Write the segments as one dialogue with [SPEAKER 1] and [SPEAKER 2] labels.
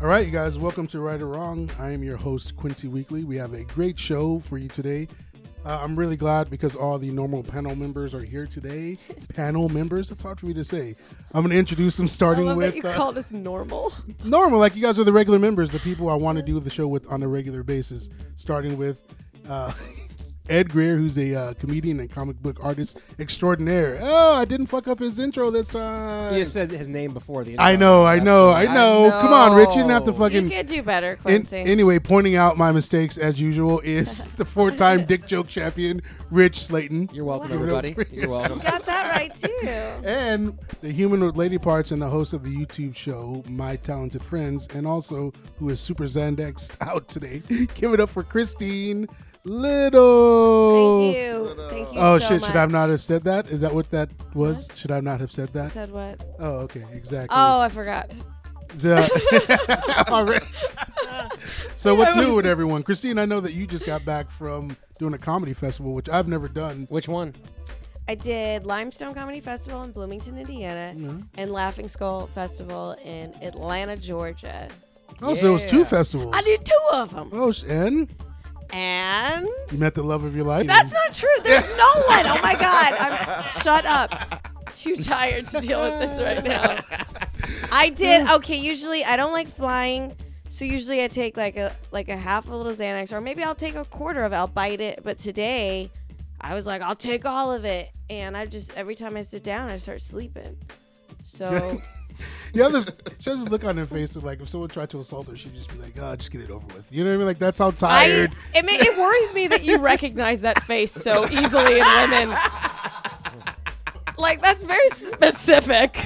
[SPEAKER 1] All right, you guys, welcome to Right or Wrong. I am your host, Quincy Weekly. We have a great show for you today. Uh, I'm really glad because all the normal panel members are here today. panel members, it's hard for me to say. I'm going to introduce them
[SPEAKER 2] I
[SPEAKER 1] starting
[SPEAKER 2] love
[SPEAKER 1] with
[SPEAKER 2] that you
[SPEAKER 1] uh,
[SPEAKER 2] called us normal.
[SPEAKER 1] normal. Like you guys are the regular members, the people I want to do the show with on a regular basis. Starting with uh, Ed Greer, who's a uh, comedian and comic book artist extraordinaire. Oh, I didn't fuck up his intro this time.
[SPEAKER 3] You just said his name before the.
[SPEAKER 1] I know, I know, I
[SPEAKER 3] Absolutely.
[SPEAKER 1] know, Come on, Rich, you didn't have to
[SPEAKER 3] know.
[SPEAKER 1] fucking.
[SPEAKER 2] you could do better,
[SPEAKER 1] An-
[SPEAKER 2] Quincy.
[SPEAKER 1] anyway, pointing out my mistakes as usual is the four-time dick joke champion, Rich Slayton,
[SPEAKER 3] You're welcome,
[SPEAKER 2] Wow.
[SPEAKER 3] everybody. You're welcome.
[SPEAKER 2] you got that right too.
[SPEAKER 1] and the human with lady parts and the host of the YouTube show My Talented Friends, and also who is super Xanaxed out today. Give it up for Christine Little.
[SPEAKER 2] Thank you. Thank you.
[SPEAKER 1] Oh
[SPEAKER 2] so
[SPEAKER 1] shit!
[SPEAKER 2] Much.
[SPEAKER 1] Should I not have said that? Is that what that was? Should I not have said that?
[SPEAKER 2] said what?
[SPEAKER 1] Oh, okay, exactly.
[SPEAKER 2] Oh, I forgot.
[SPEAKER 1] The- All right. so what's
[SPEAKER 2] I
[SPEAKER 1] new
[SPEAKER 2] was-
[SPEAKER 1] with everyone, Christine? I know that you just got back from doing a comedy festival, which I've never done.
[SPEAKER 3] Which one?
[SPEAKER 2] I did Limestone Comedy Festival in Bloomington, Indiana,
[SPEAKER 1] Mm-hmm.
[SPEAKER 2] and Laughing Skull Festival in Atlanta, Georgia.
[SPEAKER 1] Oh, so it was two
[SPEAKER 3] Yeah.
[SPEAKER 1] festivals.
[SPEAKER 2] I did two of them,
[SPEAKER 1] Oh, sh- and
[SPEAKER 2] and
[SPEAKER 1] you met the love of your life.
[SPEAKER 2] that's not true. There's no one. Oh my god! I'm s- shut up. Too tired to deal with this right now. I did okay. Usually, I don't like flying, so usually I take like a like a half a little Xanax, or maybe I'll take a quarter of it. I'll bite it. But today, I was like, I'll take all of it, and I just every time I sit down, I start sleeping. So
[SPEAKER 1] the others. She has this look on her face of like if someone tried to assault her, she'd just be like, "Ah, just get it over with." You know what I mean? Like that's how
[SPEAKER 2] I
[SPEAKER 1] tired.
[SPEAKER 2] it, ma- it worries me that you recognize that face so easily in women. Like that's very specific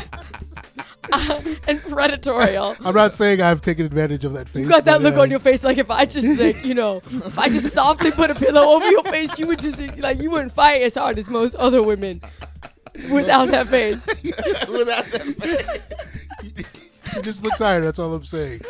[SPEAKER 2] uh, and predatorial.
[SPEAKER 1] I, am not saying I've taken advantage of that face.
[SPEAKER 2] You got that
[SPEAKER 1] but,
[SPEAKER 2] look
[SPEAKER 1] uh,
[SPEAKER 2] on your face, like if I just, like, you know, if I just softly put a pillow over your face, you would just, like, you wouldn't fight as hard as most other women without that face.
[SPEAKER 4] Without that,
[SPEAKER 1] You just look tired. That's all I'm saying.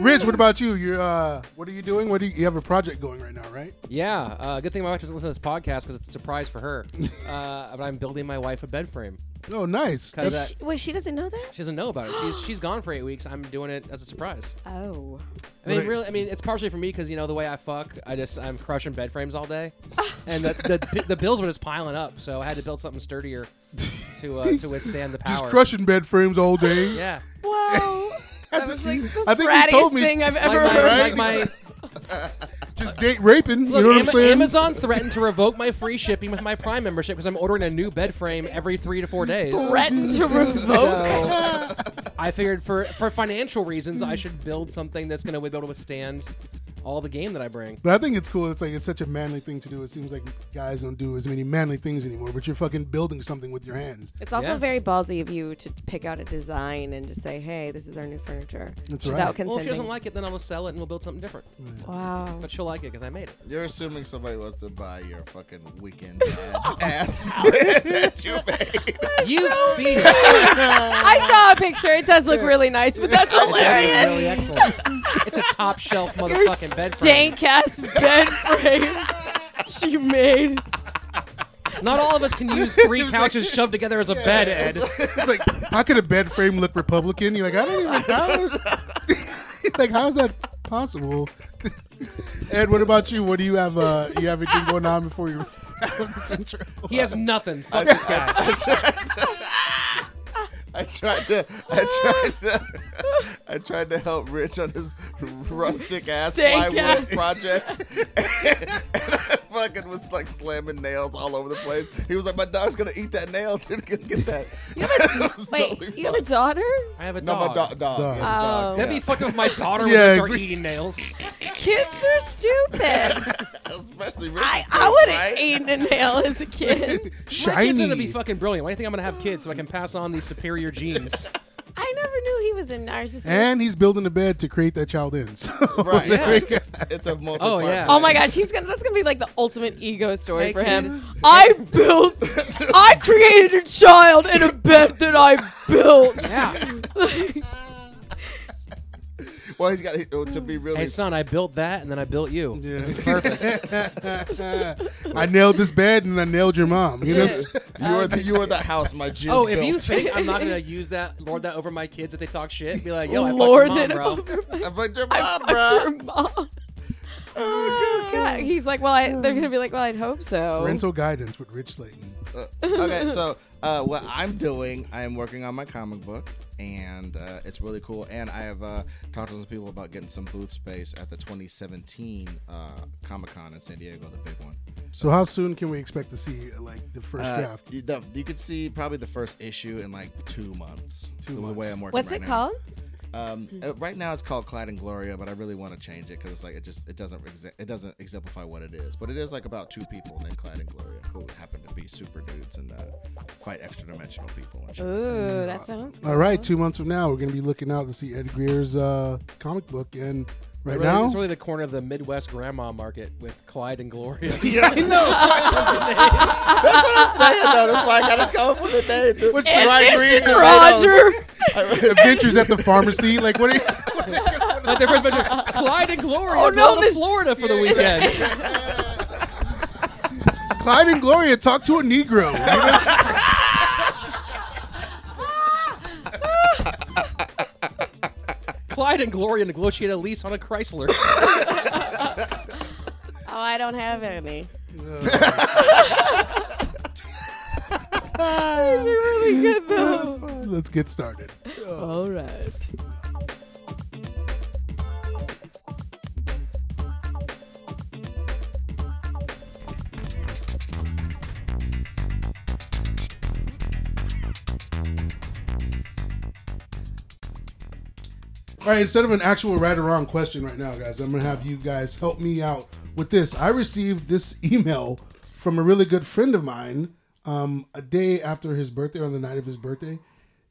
[SPEAKER 1] Rich, what about you? You're uh, what are you doing? What do you, you have a project going right now, right?
[SPEAKER 3] Yeah. Uh, good thing my wife doesn't listen to this podcast because it's a surprise for her. Uh, but I'm building my wife a bed frame.
[SPEAKER 1] Oh, nice.
[SPEAKER 3] Cause
[SPEAKER 1] That's-
[SPEAKER 3] uh,
[SPEAKER 2] Wait, she doesn't know that?
[SPEAKER 3] she doesn't know about it. She's she's gone for eight weeks. I'm doing it as a surprise.
[SPEAKER 2] Oh.
[SPEAKER 3] I mean,
[SPEAKER 1] Right.
[SPEAKER 3] really. I mean, it's partially for me because you know the way I fuck. I just I'm crushing bed frames all day, and the, the the bills were just piling up. So I had to build something sturdier to uh, to withstand the power.
[SPEAKER 1] just crushing bed frames all day.
[SPEAKER 3] Yeah.
[SPEAKER 2] Wow. That was
[SPEAKER 1] just-
[SPEAKER 2] like the
[SPEAKER 1] I think you
[SPEAKER 2] frattiest
[SPEAKER 1] told me-
[SPEAKER 2] thing I've
[SPEAKER 3] Like
[SPEAKER 2] ever
[SPEAKER 3] my,
[SPEAKER 2] heard.
[SPEAKER 3] like my,
[SPEAKER 1] Just date raping. you
[SPEAKER 3] Look,
[SPEAKER 1] know what
[SPEAKER 3] Ama-
[SPEAKER 1] I'm saying?
[SPEAKER 3] Amazon threatened to revoke my free shipping with my Prime membership because I'm ordering a new bed frame every three to four days.
[SPEAKER 2] Threatened to revoke.
[SPEAKER 3] So I figured for for financial reasons, I should build something that's going to be able to withstand all the game that I bring.
[SPEAKER 1] But I think it's cool. It's like it's such a manly thing to do. It seems like guys don't do as many manly things anymore. But you're fucking building something with your hands.
[SPEAKER 2] It's also
[SPEAKER 3] Yeah.
[SPEAKER 2] very ballsy of you to pick out a design and just say, "Hey, this is our new furniture,"
[SPEAKER 1] That's
[SPEAKER 2] without
[SPEAKER 1] right.
[SPEAKER 3] Well, if
[SPEAKER 2] consenting.
[SPEAKER 3] she doesn't like it, then I'll sell it and we'll build something different.
[SPEAKER 2] wow.
[SPEAKER 3] But she'll like it because I made it.
[SPEAKER 4] you're assuming somebody wants to buy your fucking weekend ass bed that you made.
[SPEAKER 3] You've seen it.
[SPEAKER 2] I saw a picture. It does look really nice, but that's
[SPEAKER 3] It's
[SPEAKER 2] hilarious.
[SPEAKER 3] really excellent. It's a top shelf
[SPEAKER 2] Your
[SPEAKER 3] motherfucking bed frame.
[SPEAKER 2] stank ass bed frame she made.
[SPEAKER 3] Not all of us can use three couches shoved together as a bed, Ed.
[SPEAKER 1] It's like how could a bed frame look Republican? You're like I don't even know. It's like how is that possible? Ed, what about you? What do you have? Uh, you have anything going on before you?
[SPEAKER 3] He has nothing.
[SPEAKER 4] I just got. I tried to. I tried to. I tried to. I tried to help Rich on his rustic ass
[SPEAKER 2] Stank
[SPEAKER 4] plywood
[SPEAKER 2] ass.
[SPEAKER 4] project, and, I fucking was like slamming nails all over the place. He was like, "My dog's gonna eat that nail, dude. Get, get that." It was
[SPEAKER 2] Wait,
[SPEAKER 4] totally
[SPEAKER 2] you have a
[SPEAKER 4] fine.
[SPEAKER 2] daughter?
[SPEAKER 3] I have a
[SPEAKER 4] No,
[SPEAKER 3] dog.
[SPEAKER 4] my dog.
[SPEAKER 1] Dog.
[SPEAKER 4] Dog. He has a dog,
[SPEAKER 2] Oh.
[SPEAKER 3] That'd
[SPEAKER 4] yeah.
[SPEAKER 3] be fucked up if my daughter would
[SPEAKER 1] Yeah,
[SPEAKER 3] start
[SPEAKER 1] exa-
[SPEAKER 3] eating nails.
[SPEAKER 2] Kids are stupid.
[SPEAKER 4] Especially Rich's
[SPEAKER 2] I,
[SPEAKER 4] kids,
[SPEAKER 2] I would have
[SPEAKER 4] right?
[SPEAKER 2] eaten a nail as a kid.
[SPEAKER 3] My kids are gonna be
[SPEAKER 1] Shiny.
[SPEAKER 3] fucking brilliant. Why do you think I'm gonna have kids so I can pass on these superior genes?
[SPEAKER 2] I never knew he was a narcissist.
[SPEAKER 1] And he's building a bed to create that child in. So
[SPEAKER 4] Right.
[SPEAKER 3] Yeah.
[SPEAKER 4] It's, it's a multiple.
[SPEAKER 3] Oh, yeah.
[SPEAKER 2] Oh my gosh, he's gonna that's gonna be like the ultimate ego story
[SPEAKER 3] Hey,
[SPEAKER 2] for him.
[SPEAKER 3] kid.
[SPEAKER 2] I built I created a child in a bed that I built.
[SPEAKER 3] Yeah.
[SPEAKER 2] Like,
[SPEAKER 4] Well, he's got he- oh, to be really.
[SPEAKER 3] Hey, son, I built that, and then I built you.
[SPEAKER 1] Yeah. I nailed this bed and I nailed your mom. You know, what I'm saying?
[SPEAKER 4] you
[SPEAKER 2] Um,
[SPEAKER 4] are the you are the house my jizz
[SPEAKER 3] Oh, if you
[SPEAKER 4] built.
[SPEAKER 3] think I'm not gonna use that, lord that over my kids if they talk shit, be like, yo, I fucked your
[SPEAKER 2] Lord
[SPEAKER 3] mom,
[SPEAKER 2] it
[SPEAKER 3] bro.
[SPEAKER 2] over my
[SPEAKER 4] I'm like your
[SPEAKER 2] I
[SPEAKER 4] mom,
[SPEAKER 2] fucked
[SPEAKER 4] bro.
[SPEAKER 2] your mom. Oh, God. He's like, well, I, they're gonna be like, well, I'd hope so.
[SPEAKER 1] Parental guidance with Rich Slayton.
[SPEAKER 4] okay, so uh, what I'm doing, I am working on my comic book, and uh, it's really cool. And I have uh, talked to some people about getting some booth space at the 2017 uh, Comic Con in San Diego, the big one.
[SPEAKER 1] So how soon can we expect to see like the first
[SPEAKER 4] Uh,
[SPEAKER 1] draft?
[SPEAKER 4] You, the, you could see probably the first issue in like two months.
[SPEAKER 1] Two
[SPEAKER 4] the
[SPEAKER 1] months.
[SPEAKER 4] way I'm working.
[SPEAKER 2] What's
[SPEAKER 4] right
[SPEAKER 2] it
[SPEAKER 4] now.
[SPEAKER 2] called?
[SPEAKER 4] Um,
[SPEAKER 2] Hmm.
[SPEAKER 4] uh, right now it's called Clad in Gloria, but I really want to change it because it's like it just it doesn't exa- it doesn't exemplify what it is. But it is like about two people named Clad in Gloria who happen to be super dudes and uh, fight extra dimensional people. And shit.
[SPEAKER 2] Ooh, that sounds.
[SPEAKER 1] All right, two months from now, we're gonna be looking out to see Ed Greer's uh, comic book, and right
[SPEAKER 3] Really,
[SPEAKER 1] now,
[SPEAKER 3] it's really the corner of the Midwest grandma market with Clyde and Gloria.
[SPEAKER 4] Yeah, I know. That's what I'm saying, though. That's why I gotta come up with a name. dude.
[SPEAKER 1] What's
[SPEAKER 4] Fried green
[SPEAKER 2] Ambition,
[SPEAKER 4] tomatoes.
[SPEAKER 2] Roger.
[SPEAKER 1] adventures at the pharmacy. Like what? Are you,
[SPEAKER 3] Like their first picture, Clyde and Gloria
[SPEAKER 2] Oh, no,
[SPEAKER 3] oh, no, to
[SPEAKER 2] this-
[SPEAKER 3] Florida for the weekend.
[SPEAKER 1] Clyde and Gloria talk to a Negro. You know?
[SPEAKER 3] Clyde and Gloria negotiate a lease on a Chrysler.
[SPEAKER 2] Oh, I don't have any. These are really good though.
[SPEAKER 1] Let's get started.
[SPEAKER 2] All right.
[SPEAKER 1] All right, instead of an actual right or wrong question right now, guys, I'm gonna have you guys help me out with this. I received this email from a really good friend of mine um, a day after his birthday, on the night of his birthday.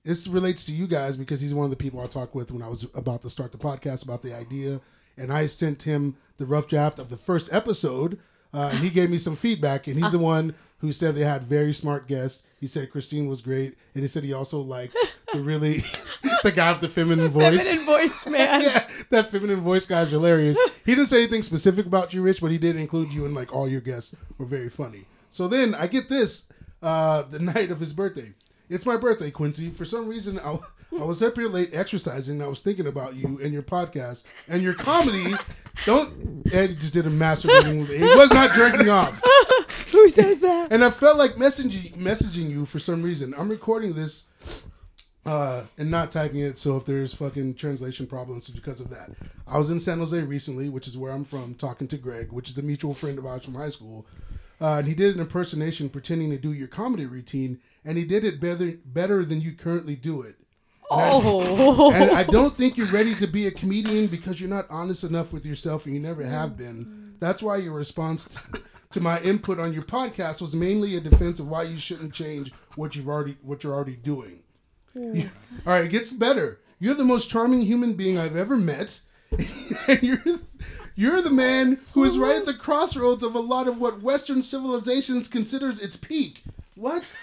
[SPEAKER 1] This relates to you guys because he's one of the people I talked with when I was about to start the podcast about the idea, and I sent him the rough draft of the first episode. Uh, and he gave me some feedback, and he's the one who said they had very smart guests. He said Christine was great, and he said he also liked the really the guy with the feminine voice
[SPEAKER 2] Feminine voiced man.
[SPEAKER 1] yeah, that feminine voice guy's hilarious. He didn't say anything specific about you, Rich, but he did include you and like all your guests were very funny. So then I get this uh, the night of his birthday. It's my birthday, Quincy. For some reason, I, I was up here late exercising. And I was thinking about you and your podcast and your comedy. Don't Ed just did a masturbating. He was not jerking off.
[SPEAKER 2] Who says that?
[SPEAKER 1] And I felt like messaging messaging you for some reason. I'm recording this uh, and not typing it, so if there's fucking translation problems it's because of that. I was in San Jose recently, which is where I'm from, talking to Greg, which is a mutual friend of ours from high school. Uh, and he did an impersonation pretending to do your comedy routine, and he did it better better than you currently do it.
[SPEAKER 2] Oh.
[SPEAKER 1] And I don't think you're ready to be a comedian because you're not honest enough with yourself and you never have been. That's why your response to my input on your podcast was mainly a defense of why you shouldn't change what you've already what you're already doing. All right, it gets better. You're the most charming human being I've ever met. and you're you're the man who is right at the crossroads of a lot of what Western civilizations considers its peak. What?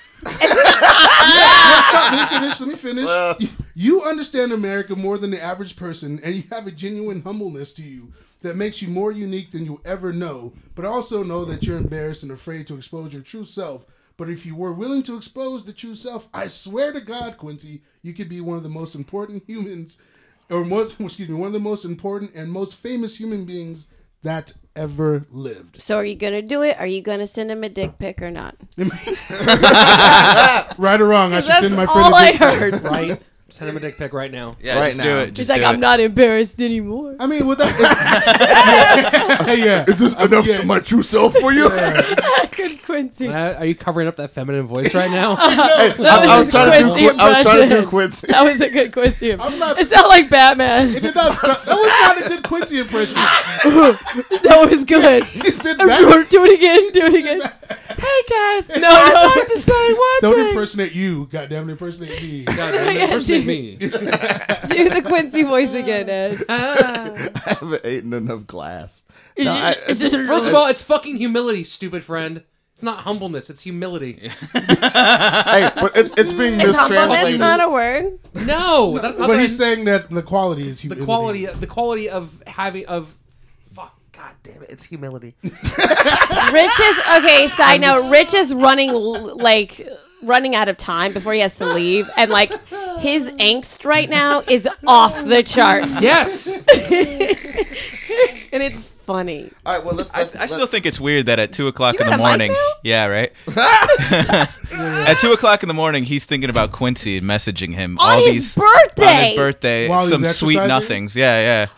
[SPEAKER 1] Stop, let me finish. Let me finish. You- you understand America more than the average person, and you have a genuine humbleness to you that makes you more unique than you'll ever know. But I also know that you're embarrassed and afraid to expose your true self. But if you were willing to expose the true self, I swear to God, Quincy, you could be one of the most important humans, or most, excuse me, one of the most important and most famous human beings that ever lived.
[SPEAKER 2] So are you gonna do it? Are you gonna send him a dick pic or not?
[SPEAKER 1] Right or wrong, I should
[SPEAKER 2] That's
[SPEAKER 1] send my friend.
[SPEAKER 2] all
[SPEAKER 1] a
[SPEAKER 2] I
[SPEAKER 1] dick-
[SPEAKER 2] heard.
[SPEAKER 3] right? Send him a dick pic right now.
[SPEAKER 5] Yeah,
[SPEAKER 4] Right
[SPEAKER 5] just
[SPEAKER 4] now.
[SPEAKER 5] do it.
[SPEAKER 2] She's
[SPEAKER 5] Just
[SPEAKER 2] like,
[SPEAKER 5] do
[SPEAKER 2] I'm
[SPEAKER 5] it.
[SPEAKER 2] not embarrassed anymore.
[SPEAKER 1] I mean, with that, yeah.
[SPEAKER 4] Is this enough
[SPEAKER 1] yeah.
[SPEAKER 4] for my true self for you?
[SPEAKER 2] Good Quincy.
[SPEAKER 3] Uh, Are you covering up that feminine voice right now?
[SPEAKER 4] I, I
[SPEAKER 2] was
[SPEAKER 4] was
[SPEAKER 2] a
[SPEAKER 4] trying to
[SPEAKER 2] Quincy
[SPEAKER 4] do. Qui- I was trying to do
[SPEAKER 2] impression.
[SPEAKER 4] Quincy.
[SPEAKER 2] That was a good Quincy. I'm
[SPEAKER 1] not-
[SPEAKER 2] It's not like Batman.
[SPEAKER 1] It did not sound- that was not a good Quincy impression.
[SPEAKER 2] that was good.
[SPEAKER 1] He did
[SPEAKER 2] do
[SPEAKER 1] that.
[SPEAKER 2] it again. Do it again.
[SPEAKER 1] Hey guys,
[SPEAKER 2] No, no. to say what?
[SPEAKER 1] don't impersonate you. Goddamn, impersonate me.
[SPEAKER 3] God, damn it,
[SPEAKER 2] Yeah,
[SPEAKER 3] impersonate
[SPEAKER 2] dude.
[SPEAKER 3] me.
[SPEAKER 2] Do the Quincy voice again, Ed.
[SPEAKER 6] Uh,
[SPEAKER 4] I haven't eaten enough glass.
[SPEAKER 2] It's just-
[SPEAKER 3] First of all, it's fucking humility, stupid friend. It's not humbleness. It's humility.
[SPEAKER 5] hey, but it's, it's being
[SPEAKER 2] Is humbleness
[SPEAKER 5] mistranslated.
[SPEAKER 2] not a word?
[SPEAKER 3] No, that- not
[SPEAKER 1] But
[SPEAKER 3] that
[SPEAKER 1] he's
[SPEAKER 3] I-
[SPEAKER 1] saying that the quality is
[SPEAKER 3] the
[SPEAKER 1] humility.
[SPEAKER 3] quality, the quality of having of. Fuck, god damn it! It's humility.
[SPEAKER 6] Rich is okay. Side note: Rich is running l- like running out of time before he has to leave, and like his angst right now is off the charts,
[SPEAKER 3] Yes.
[SPEAKER 6] and it's funny.
[SPEAKER 4] All right, well, let's.
[SPEAKER 5] I,
[SPEAKER 4] let's
[SPEAKER 5] I still
[SPEAKER 4] let's-
[SPEAKER 5] think it's weird that at two o'clock in
[SPEAKER 6] got
[SPEAKER 5] the
[SPEAKER 6] a mic
[SPEAKER 5] morning,
[SPEAKER 6] now?
[SPEAKER 5] yeah, right. at two o'clock in the morning, he's thinking about Quincy and messaging him
[SPEAKER 2] On
[SPEAKER 5] all
[SPEAKER 2] his
[SPEAKER 5] these on
[SPEAKER 2] birthday!
[SPEAKER 5] his birthday,
[SPEAKER 1] While he's
[SPEAKER 5] some sweet
[SPEAKER 1] exercising?
[SPEAKER 5] nothings. Yeah, yeah.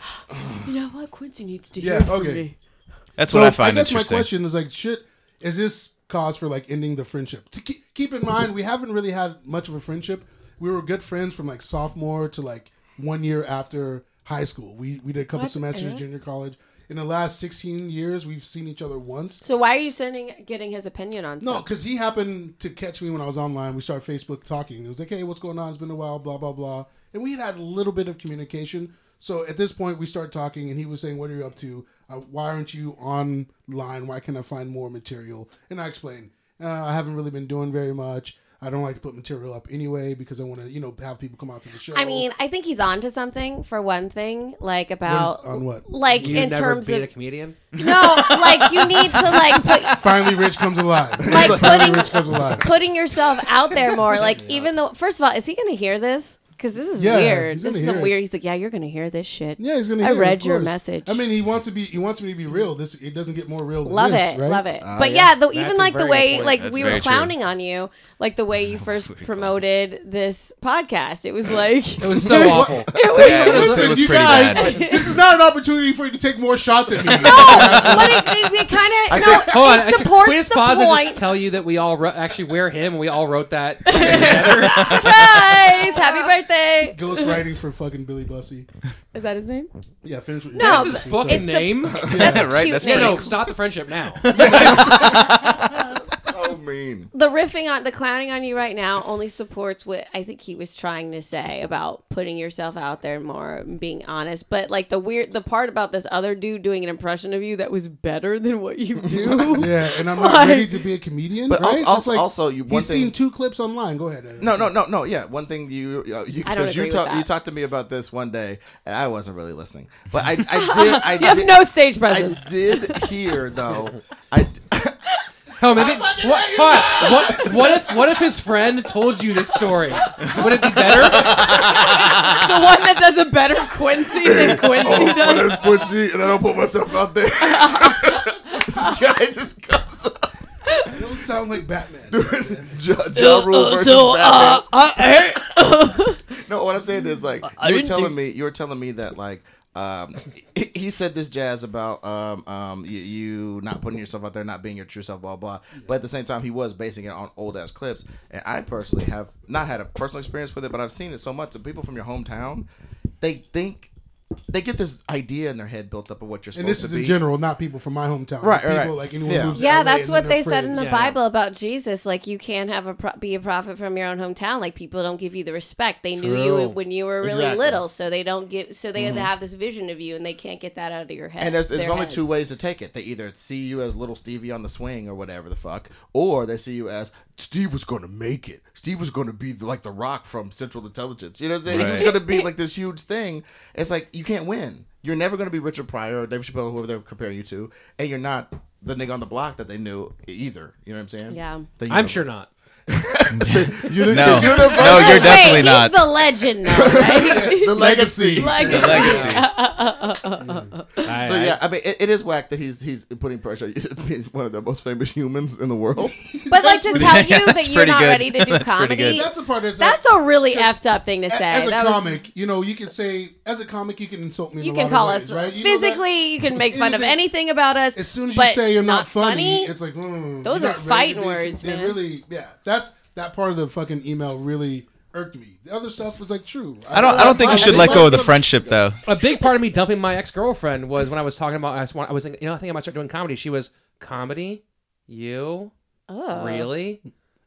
[SPEAKER 6] You know what? Quincy needs to
[SPEAKER 1] Yeah. Okay.
[SPEAKER 5] That's
[SPEAKER 1] So
[SPEAKER 5] what I
[SPEAKER 1] I,
[SPEAKER 5] find
[SPEAKER 1] guess my
[SPEAKER 5] interesting.
[SPEAKER 1] question is like, shit, is this cause for like ending the friendship? To keep, keep in mind, we haven't really had much of a friendship. We were good friends from like sophomore to like one year after high school. We we did a couple semesters of junior college. In the last sixteen years, we've seen each other once.
[SPEAKER 6] So why are you sending getting his opinion on?
[SPEAKER 1] No,
[SPEAKER 6] stuff?
[SPEAKER 1] because he happened to catch me when I was online. We started Facebook talking. It was like, hey, what's going on? It's been a while, blah, blah, blah. And we had had a little bit of communication. So at this point, we started talking, and he was saying, what are you up to? Uh, why aren't you online? Why can't I find more material? And I explained, uh, I haven't really been doing very much. I don't like to put material up anyway because I want to, you know, have people come out to the show.
[SPEAKER 6] I mean, I think he's on to something for one thing, like about
[SPEAKER 1] on what?
[SPEAKER 6] like
[SPEAKER 3] You
[SPEAKER 6] in
[SPEAKER 3] never
[SPEAKER 6] terms
[SPEAKER 3] beat
[SPEAKER 6] of
[SPEAKER 3] a comedian.
[SPEAKER 6] no, like you need to like put,
[SPEAKER 1] Finally, Rich comes alive.
[SPEAKER 6] Like
[SPEAKER 1] Finally,
[SPEAKER 6] putting-
[SPEAKER 1] Rich comes alive.
[SPEAKER 6] putting yourself out there more. Like even though, first of all, is he gonna hear this? Because this is
[SPEAKER 1] Yeah,
[SPEAKER 6] weird.
[SPEAKER 1] he's
[SPEAKER 6] This
[SPEAKER 1] gonna
[SPEAKER 6] is
[SPEAKER 1] hear
[SPEAKER 6] some
[SPEAKER 1] it.
[SPEAKER 6] weird. He's like, yeah, you're gonna hear this shit.
[SPEAKER 1] Yeah, he's gonna.
[SPEAKER 6] I
[SPEAKER 1] hear it, of
[SPEAKER 6] read your
[SPEAKER 1] course.
[SPEAKER 6] message.
[SPEAKER 1] I mean, he wants to be. He wants me to be real. This it doesn't get more real. Than
[SPEAKER 6] Love
[SPEAKER 1] this,
[SPEAKER 6] it,
[SPEAKER 1] right?
[SPEAKER 6] love it. but
[SPEAKER 3] yeah.
[SPEAKER 6] yeah, though
[SPEAKER 3] That's
[SPEAKER 6] even
[SPEAKER 3] a
[SPEAKER 6] like the
[SPEAKER 3] very
[SPEAKER 6] way
[SPEAKER 3] good point.
[SPEAKER 6] like
[SPEAKER 5] That's
[SPEAKER 6] we
[SPEAKER 5] very
[SPEAKER 6] were
[SPEAKER 5] true.
[SPEAKER 6] clowning on you, like the way you first
[SPEAKER 5] clowning.
[SPEAKER 6] promoted this podcast, it was like
[SPEAKER 3] It was so awful.
[SPEAKER 5] yeah, it was,
[SPEAKER 1] Listen,
[SPEAKER 5] it was
[SPEAKER 1] you
[SPEAKER 5] pretty
[SPEAKER 1] guys,
[SPEAKER 5] bad.
[SPEAKER 1] this is not an opportunity for you to take more shots at me.
[SPEAKER 6] but it, it, it kind of no,
[SPEAKER 3] Hold on.
[SPEAKER 6] it
[SPEAKER 3] I-
[SPEAKER 6] supports
[SPEAKER 3] can we just
[SPEAKER 6] the
[SPEAKER 3] pause and
[SPEAKER 6] point.
[SPEAKER 3] just tell you that we all wrote, actually we're him and we all wrote that.
[SPEAKER 6] Surprise! Happy birthday!
[SPEAKER 1] Ghost writing for fucking Billy Bussey.
[SPEAKER 2] Is that his name?
[SPEAKER 1] Yeah, finish with
[SPEAKER 6] No,
[SPEAKER 3] That's his
[SPEAKER 1] Bussey,
[SPEAKER 3] fucking
[SPEAKER 6] It's a-
[SPEAKER 3] name.
[SPEAKER 6] That's
[SPEAKER 5] Yeah, right,
[SPEAKER 6] cute
[SPEAKER 5] that's
[SPEAKER 6] name.
[SPEAKER 3] Yeah, no, stop the friendship now.
[SPEAKER 4] so mean.
[SPEAKER 6] the riffing on the clowning on you right now only supports what I think he was trying to say about putting yourself out there more and being honest. But like the weird the part about this other dude doing an impression of you that was better than what you do.
[SPEAKER 1] sorry. Yeah, and I'm not
[SPEAKER 6] Like-
[SPEAKER 1] ready to be a comedian.
[SPEAKER 4] But
[SPEAKER 1] right?
[SPEAKER 4] also-
[SPEAKER 1] That's
[SPEAKER 4] also- also, you- one
[SPEAKER 1] he's seen
[SPEAKER 4] thing-
[SPEAKER 1] two clips online. Go ahead. Adam.
[SPEAKER 4] No, no, no, no. Yeah, one thing you uh, you
[SPEAKER 6] I don't
[SPEAKER 4] because you
[SPEAKER 6] agree with
[SPEAKER 4] talked
[SPEAKER 6] that.
[SPEAKER 4] you talked to me about this one day, and I wasn't really listening, but I I did I did
[SPEAKER 6] no stage
[SPEAKER 4] I
[SPEAKER 6] presence.
[SPEAKER 4] did hear though. I d-
[SPEAKER 3] Oh, maybe, what, hold on. what, what if what if his friend told you this story? Would it be better?
[SPEAKER 6] the one that does a better Quincy than Quincy does.
[SPEAKER 4] there's Quincy, and I don't put myself out there. this guy just comes up.
[SPEAKER 1] You don't sound like Batman.
[SPEAKER 4] Ja, ja Rule versus
[SPEAKER 6] so,
[SPEAKER 4] Batman. no, what I'm saying is like you were telling me you were telling me that like um, he, he said this jazz about um, um, you, you not putting yourself out there, not being your true self, blah blah. But at the same time, he was basing it on old ass clips, and I personally have not had a personal experience with it, but I've seen it so much. The people from your hometown, they think they get this idea in their head built up of what you're supposed
[SPEAKER 1] and this
[SPEAKER 4] to
[SPEAKER 1] is
[SPEAKER 4] be.
[SPEAKER 1] in general, not people from my hometown.
[SPEAKER 4] Right,
[SPEAKER 1] people
[SPEAKER 4] right.
[SPEAKER 1] like anyone
[SPEAKER 4] Yeah.
[SPEAKER 1] moves. to
[SPEAKER 6] Yeah,
[SPEAKER 1] LA
[SPEAKER 6] that's
[SPEAKER 1] and
[SPEAKER 6] what
[SPEAKER 1] they're
[SPEAKER 6] they said
[SPEAKER 1] friends.
[SPEAKER 6] in the Bible about Jesus. Like, you can't have a pro- be a prophet from your own hometown. Like, people don't give you the respect they knew
[SPEAKER 3] True.
[SPEAKER 6] you when you were really
[SPEAKER 4] Exactly. Mm-hmm.
[SPEAKER 6] little, so they don't give. So they have this vision of you, and they can't get that out of your head.
[SPEAKER 4] And there's, there's
[SPEAKER 6] their
[SPEAKER 4] only two
[SPEAKER 6] heads.
[SPEAKER 4] ways to take it. They either see you as little Stevie on the swing or whatever the fuck, or they see you as Steve was going to make it. Steve was going to be the- like the rock from Central Intelligence. You know what I'm saying? He was
[SPEAKER 5] Right.
[SPEAKER 4] going to be like this huge thing. It's like you can't win. You're never going to be Richard Pryor or Dave Chappelle, whoever they're comparing you to, and you're not the nigga on the block that they knew either. You know what I'm saying?
[SPEAKER 6] Yeah.
[SPEAKER 4] The
[SPEAKER 3] I'm
[SPEAKER 4] universe-
[SPEAKER 3] sure not.
[SPEAKER 4] You-
[SPEAKER 5] No,
[SPEAKER 4] the universe-
[SPEAKER 5] no, Oh, you're
[SPEAKER 6] Wait,
[SPEAKER 5] definitely
[SPEAKER 6] he's
[SPEAKER 5] not.
[SPEAKER 6] the legend now, right?
[SPEAKER 4] the legacy.
[SPEAKER 6] like,
[SPEAKER 5] Legacy.
[SPEAKER 4] So yeah, I mean, it, it is whack that he's he's putting pressure. He's one of the most famous humans in the world.
[SPEAKER 6] but like to tell you
[SPEAKER 5] Yeah,
[SPEAKER 6] that
[SPEAKER 5] that's
[SPEAKER 6] you're
[SPEAKER 5] pretty
[SPEAKER 6] not
[SPEAKER 5] good.
[SPEAKER 6] ready to do
[SPEAKER 5] That's pretty
[SPEAKER 6] comedy.
[SPEAKER 5] good.
[SPEAKER 1] That's the part that's like-
[SPEAKER 6] That's a really effed up thing to say.
[SPEAKER 1] As a
[SPEAKER 6] That was-
[SPEAKER 1] comic, you know, you can say as a comic, you can insult me. In
[SPEAKER 6] you
[SPEAKER 1] a
[SPEAKER 6] can
[SPEAKER 1] lot
[SPEAKER 6] call
[SPEAKER 1] of ways,
[SPEAKER 6] us
[SPEAKER 1] right? You know that-
[SPEAKER 6] physically. You can make fun of
[SPEAKER 1] Anything-
[SPEAKER 6] anything about us.
[SPEAKER 1] As soon as you
[SPEAKER 6] but
[SPEAKER 1] say you're not, funny,
[SPEAKER 6] funny,
[SPEAKER 1] it's like mm,
[SPEAKER 6] Those
[SPEAKER 1] you're
[SPEAKER 6] are
[SPEAKER 1] not ready to
[SPEAKER 6] fighting
[SPEAKER 1] be-
[SPEAKER 6] words,
[SPEAKER 1] they
[SPEAKER 6] man.
[SPEAKER 1] Really, yeah. That's that part of the fucking email really irked me. The other stuff was like true.
[SPEAKER 5] I don't. I don't think you should let go of the friendship though.
[SPEAKER 3] A big part of me dumping my ex girlfriend was when I was talking about I was, I was thinking, you know I think I might start doing comedy. She was comedy, you Uh.
[SPEAKER 6] oh.
[SPEAKER 3] really,